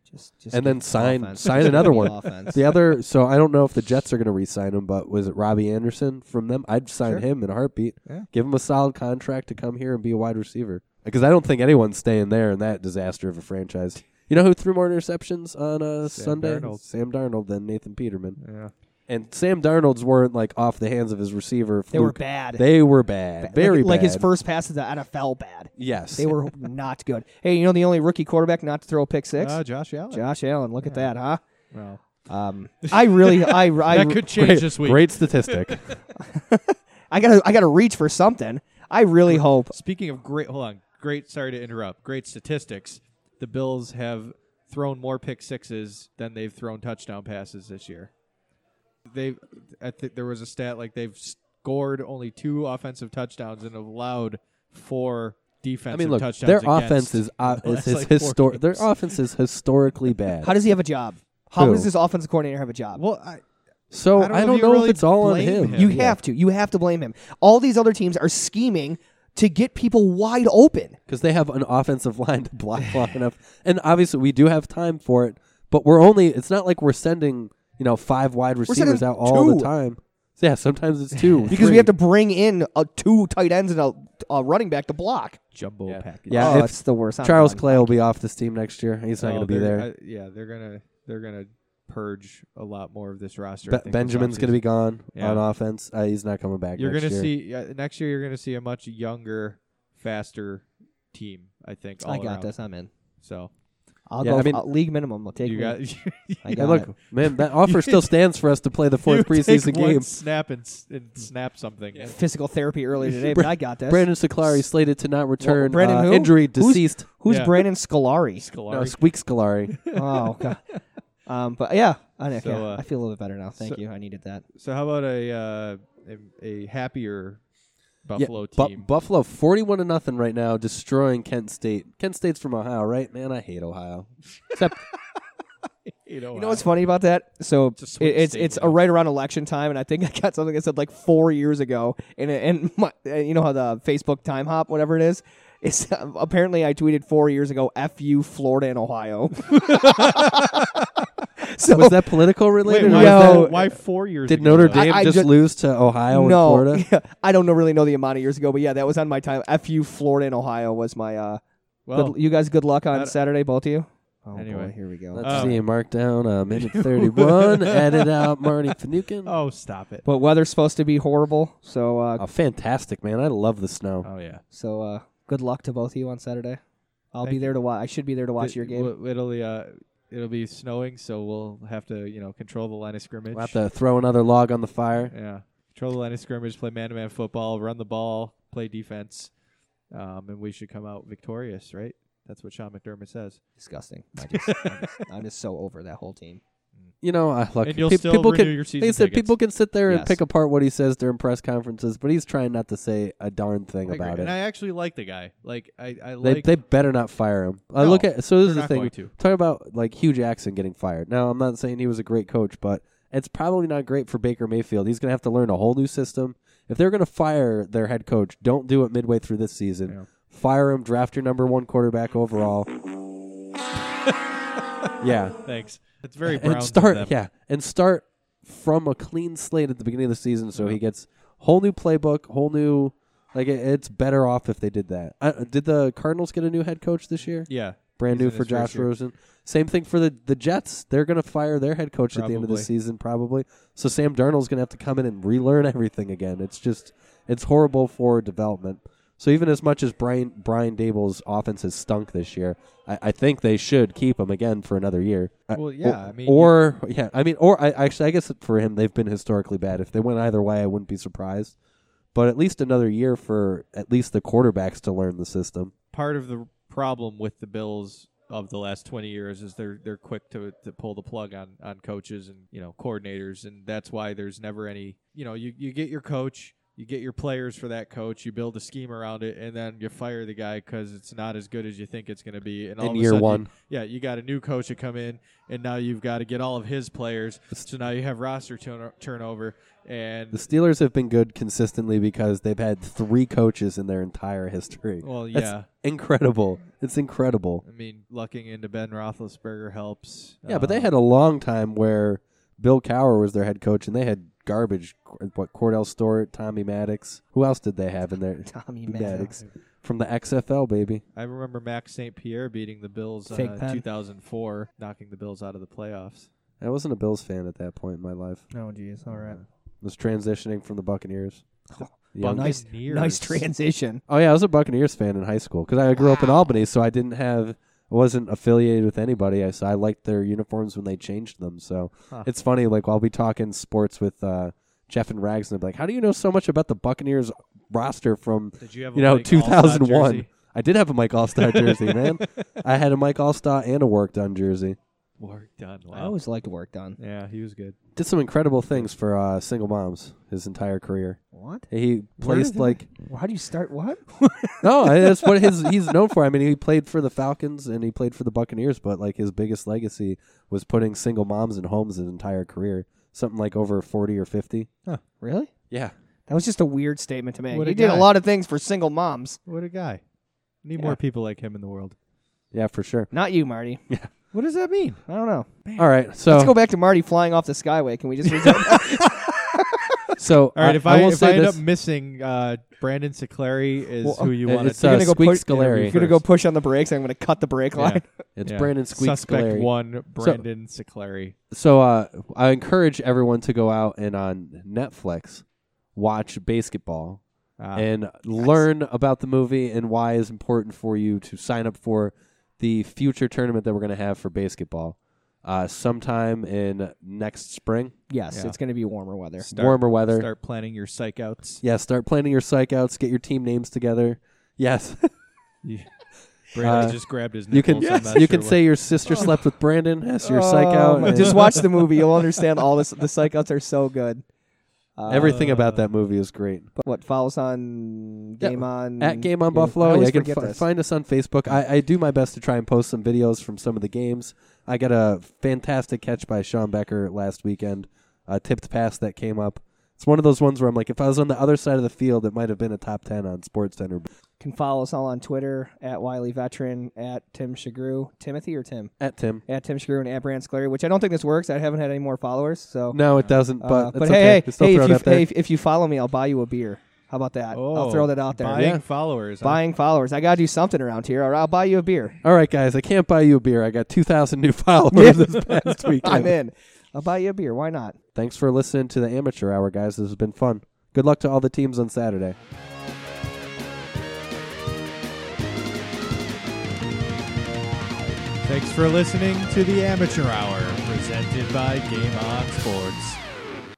just, just
and then
give me
sign
offense.
sign
Just
another
give me
one.
offense.
The other, so I don't know if the Jets are going to re-sign him, but was it Robbie Anderson from them? I'd sign
Sure.
him in a heartbeat.
Yeah.
Give him a solid contract to come here and be a wide receiver because I don't think anyone's staying there in that disaster of a franchise. You know who threw more interceptions on a
Sam
Sunday?
Darnold.
Sam Darnold than Nathan Peterman.
Yeah.
And Sam Darnold's weren't like off the hands of his receiver.
They were
fluke.
bad.
They were bad.
Like-
Very
like,
bad.
his first pass to the NFL bad.
Yes.
They were not good. Hey, you know the only rookie quarterback not to throw a
Ah,
pick six?
Uh, Josh Allen.
Josh Allen. Look at that, huh?
Well,
Um, I really, I, I,
that could change this week.
Great statistic.
I gotta, I gotta reach for something. I really hope.
Speaking of great, hold on. Great. Sorry to interrupt. Great statistics. The Bills have thrown more pick sixes than they've thrown touchdown passes this year. They, I think there was a stat like they've scored only two offensive touchdowns and have allowed four
I
defensive
mean, look,
touchdowns.
their
against
offense is, uh,
in the last,
is, is
like, four
histor- Their
games.
offense is historically bad.
How does he have a job? How
Who?
does this offensive coordinator have a job?
Well, I,
So
I
I
don't
don't,
know if you
know
really
if it's all on
blame
him.
him.
you
Yeah.
have to, you have to blame him. All these other teams are scheming to get people wide open.
because they have an offensive line to block long enough, and obviously we do have time for it. But we're only. It's not like we're sending you know five wide
sending
receivers out all
two.
the time. So, yeah, sometimes it's two
Because
three.
we have to bring in uh, two tight ends and a, a running back to block.
jumbo package.
Yeah,
oh,
if
it's the worst. I'm
Charles
done.
Clay will be off this team next year. He's not
Oh,
going to be
they're-
there.
I- yeah, they're gonna they're gonna purge a lot more of this roster. I think,
Be-
this
Benjamin's going
offseason.
to be gone
Yeah.
on offense. Uh, he's not coming back.
You're
next
gonna
year.
see uh, next year. You're gonna see a much younger, faster team. I think.
I
all
got
around.
this. I'm in.
So
I'll
Yeah,
go.
I mean-
uh, league minimum. I'll take.
you
me.
got.
I got
And look,
it.
man, that offer still stands for us to play the
you
fourth preseason
take one
game. Hmm.
Snap and, s- and snap something.
physical therapy earlier today, but I got this.
Brandon Scolari slated to not return.
Brandon
uh,
who?
injury
Who's-
deceased.
Who's
Yeah.
Brandon Scolari?
Scolari.
No, Squeak Scolari.
oh god. Um, but yeah, I, know,
So,
yeah,
uh,
I feel a little bit better now. Thank
so-
you. I needed that.
so how about a uh, a, a happier
Yeah,
Buffalo
Bu-
team?
Buffalo forty-one to nothing right now, destroying Kent State. Kent State's from Ohio, right? Man, I hate Ohio. Except
you know,
You know what's funny about that? So
a swing
it, it's
statement.
it's uh, right around election time, and I think I got something I said like four years ago, and and my, uh, you know how the Facebook time hop, whatever it is. It's, apparently, I tweeted four years ago, "F you, Florida and Ohio." so
was that political
Oh. Wait,
related?
why,
or was
no.
that-
is that- why four years?
did
ago,
Notre
though?
I-
Dame
I
just
ju-
lose to Ohio
no,
and Florida?
yeah, I don't know, really know the amount of years ago, but yeah, that was on my time. "Fu Florida and Ohio" was my. uh
Well,
good, You guys, good luck on
that- uh,
Saturday, both of you. Oh,
Anyway.
boy, here we go.
Let's
Uh,
see. Mark down uh, minute thirty-one. edit out Marty Finucane.
oh, stop it.
but weather's supposed to be horrible, so uh,
Oh, fantastic, man! I love the snow.
Oh yeah.
So uh, good luck to both of you on Saturday. I'll be
Thank
there to watch. I should be there to watch
Th-
your game.
w- It'll be, uh, it'll be snowing, so we'll have to you know control the line of scrimmage.
We'll have to throw another log on the fire.
Yeah, control the line of scrimmage, play man-to-man football, run the ball, play defense, um, and we should come out victorious, right? That's what Sean McDermott says.
Disgusting. I just, I'm, just, I'm just so over that whole team.
You know, I look.
and you'll
pe-
still
people
renew
can
your season
Like I said,
tickets.
people can sit there
Yes.
and pick apart what he says during press conferences, but he's trying not to say a darn thing
I agree.
about it.
And I actually like the guy. Like I, I
they,
like.
they better not fire him. I look
No,
at so
they're
this is the
not
thing.
going to.
Talk about like Hugh Jackson getting fired. Now I'm not saying he was a great coach, but it's probably not great for Baker Mayfield. He's gonna have to learn a whole new system. If they're gonna fire their head coach, don't do it midway through this season.
Yeah.
Fire him. Draft your number one quarterback overall. yeah,
Thanks. It's very brown.
and start yeah and start from a clean slate at the beginning of the season so he gets whole new playbook whole new Like it, it's better off if they did that. I, did the Cardinals get a new head coach this year?
Yeah.
Brand
He's
new
in
for
his first
Josh
year.
Rosen. Same thing for the the Jets. They're going to fire their head coach at the end of the
Probably.
season probably. So Sam Darnold's going to have to come in and relearn everything again. It's just it's horrible for development. So even as much as Brian Brian Dable's offense has stunk this year, I, I think they should keep him again for another year. I-
Well, yeah,
or-
I mean,
or yeah, I mean, or I actually, I guess for him, they've been historically bad. If they went either way, I wouldn't be surprised. But at least another year for at least the quarterbacks to learn the system.
Part of the problem with the Bills of the last 20 years is they're they're quick to, to pull the plug on on coaches and you know coordinators and that's why there's never any you know you, you get your coach you get your players for that coach you build a scheme around it and then you fire the guy because it's not as good as you think it's going to be and all
In
of a
year
sudden you-
one.
yeah you got a new coach to come in and now you've got to get all of his players so now you have roster turno- turnover and
The Steelers have been good consistently because they've had three coaches in their entire history.
well
That's
yeah
incredible. It's incredible.
I mean, lucking into Ben Roethlisberger helps.
Yeah, but they
Uh,
had a long time where Bill Cower was their head coach, and they had garbage. What Cordell Stewart, Tommy Maddox. Who else did they have in there?
Tommy
Maddox from the XFL, baby.
I remember Max St. Pierre beating the Bills
Fake
uh,
pen.
2004, knocking the Bills out of the playoffs.
I wasn't a Bills fan at that point in my life.
Oh, jeez. All right.
I was transitioning from the Buccaneers.
Oh, Buccaneers.
Young-
nice-
Buccaneers.
Nice transition.
oh yeah, I was a Buccaneers fan in high school because I grew up in Albany, so I didn't have, I wasn't affiliated with anybody. I so I liked their uniforms when they changed them. So
Huh.
it's funny. Like I'll be talking sports with uh, Jeff and Rags, and they're like, "How do you know so much about the Buccaneers roster from
Did you have a
you know
Mike Allstott
2001?"
jersey?
I did have a Mike Allstott jersey, man. I had a Mike Allstott and a work done jersey.
Work done. Wow.
I always liked work done.
yeah, he was good.
Did some incredible things for uh, single moms his entire career.
What?
He placed
did
like
How do you start? What?
no, I- that's what his he's known for. I mean, he played for the Falcons and he played for the Buccaneers, but like his biggest legacy was putting single moms in homes his entire career, something like over forty or fifty.
really?
Yeah,
That was just a weird statement to make.
What a
he did
guy.
a lot of things for single moms.
What a guy. Need
more
more people like him in the world.
yeah, for sure.
Not you, Marty.
What does that mean?
I don't know.
All right, so
Let's go back to Marty flying off the Skyway. Can we just? resume?
so
All right, if I,
will
if
say
I end
this,
up missing, uh, Brandon Sicleri is
Well,
who you
uh,
want
it's,
to
You're
uh,
gonna go
Squeak
put-
Scolari.
You're gonna go push on the brakes. I'm gonna cut the brake line.
It's
Yeah.
Brandon Squeak
Suspect
Scolari.
one, Brandon Sicleri.
So uh, I encourage everyone to go out and on Netflix watch basketball
Ah,
and learn about the movie and why it's important for you to sign up for the future tournament that we're going to have for basketball uh, sometime in next spring.
Yes,
Yeah.
it's gonna be warmer weather.
start-
warmer weather.
Start planning your psych outs.
Yeah, start planning your psych outs, get your team names together. Yes,
Yeah. Brandon
Uh,
just grabbed his
you can
nipples. I'm not
you
sure
can
what-
say your sister
Oh.
slept with Brandon. That's your psych
Oh,
out.
my-
and
Just watch the movie. You'll understand all this. The psychouts are so good. Uh,
Everything about that movie is great.
but what follows on
Yeah,
game on
At Game on
Mm-hmm. I
Buffalo,
always
yeah, you can
forget
fi-
this.
find us on Facebook. I, I do my best to try and post some videos from some of the games. I got a fantastic catch by Sean Becker last weekend, a tipped pass that came up. It's one of those ones where I'm like, if I was on the other side of the field, it might have been a top ten on Sports Center.
can follow us all on Twitter at Wiley Veteran at Tim Shagrew, Timothy or Tim
At Tim,
at Tim Shagrew and at Brand Sclery, which I don't think this works. I haven't had any more followers, so.
no, it doesn't.
uh,
But, it's
but
okay.
hey,
Just
hey,
don't
hey,
throw
if
it
you,
out there.
hey, if, if you follow me, I'll buy you a beer. How about that? I'll
Oh,
throw that out there.
Buying
Yeah.
followers. huh?
Buying followers. I gotta do something around here, or I'll buy you a beer.
All right, guys, I can't buy you a beer. I got two thousand new followers
Yeah.
this past
I'm
weekend.
in. I'll buy you a beer. Why not?
Thanks for listening to the Amateur Hour, guys. This has been fun. Good luck to all the teams on Saturday.
Thanks for listening to the Amateur Hour, presented by Game On Sports.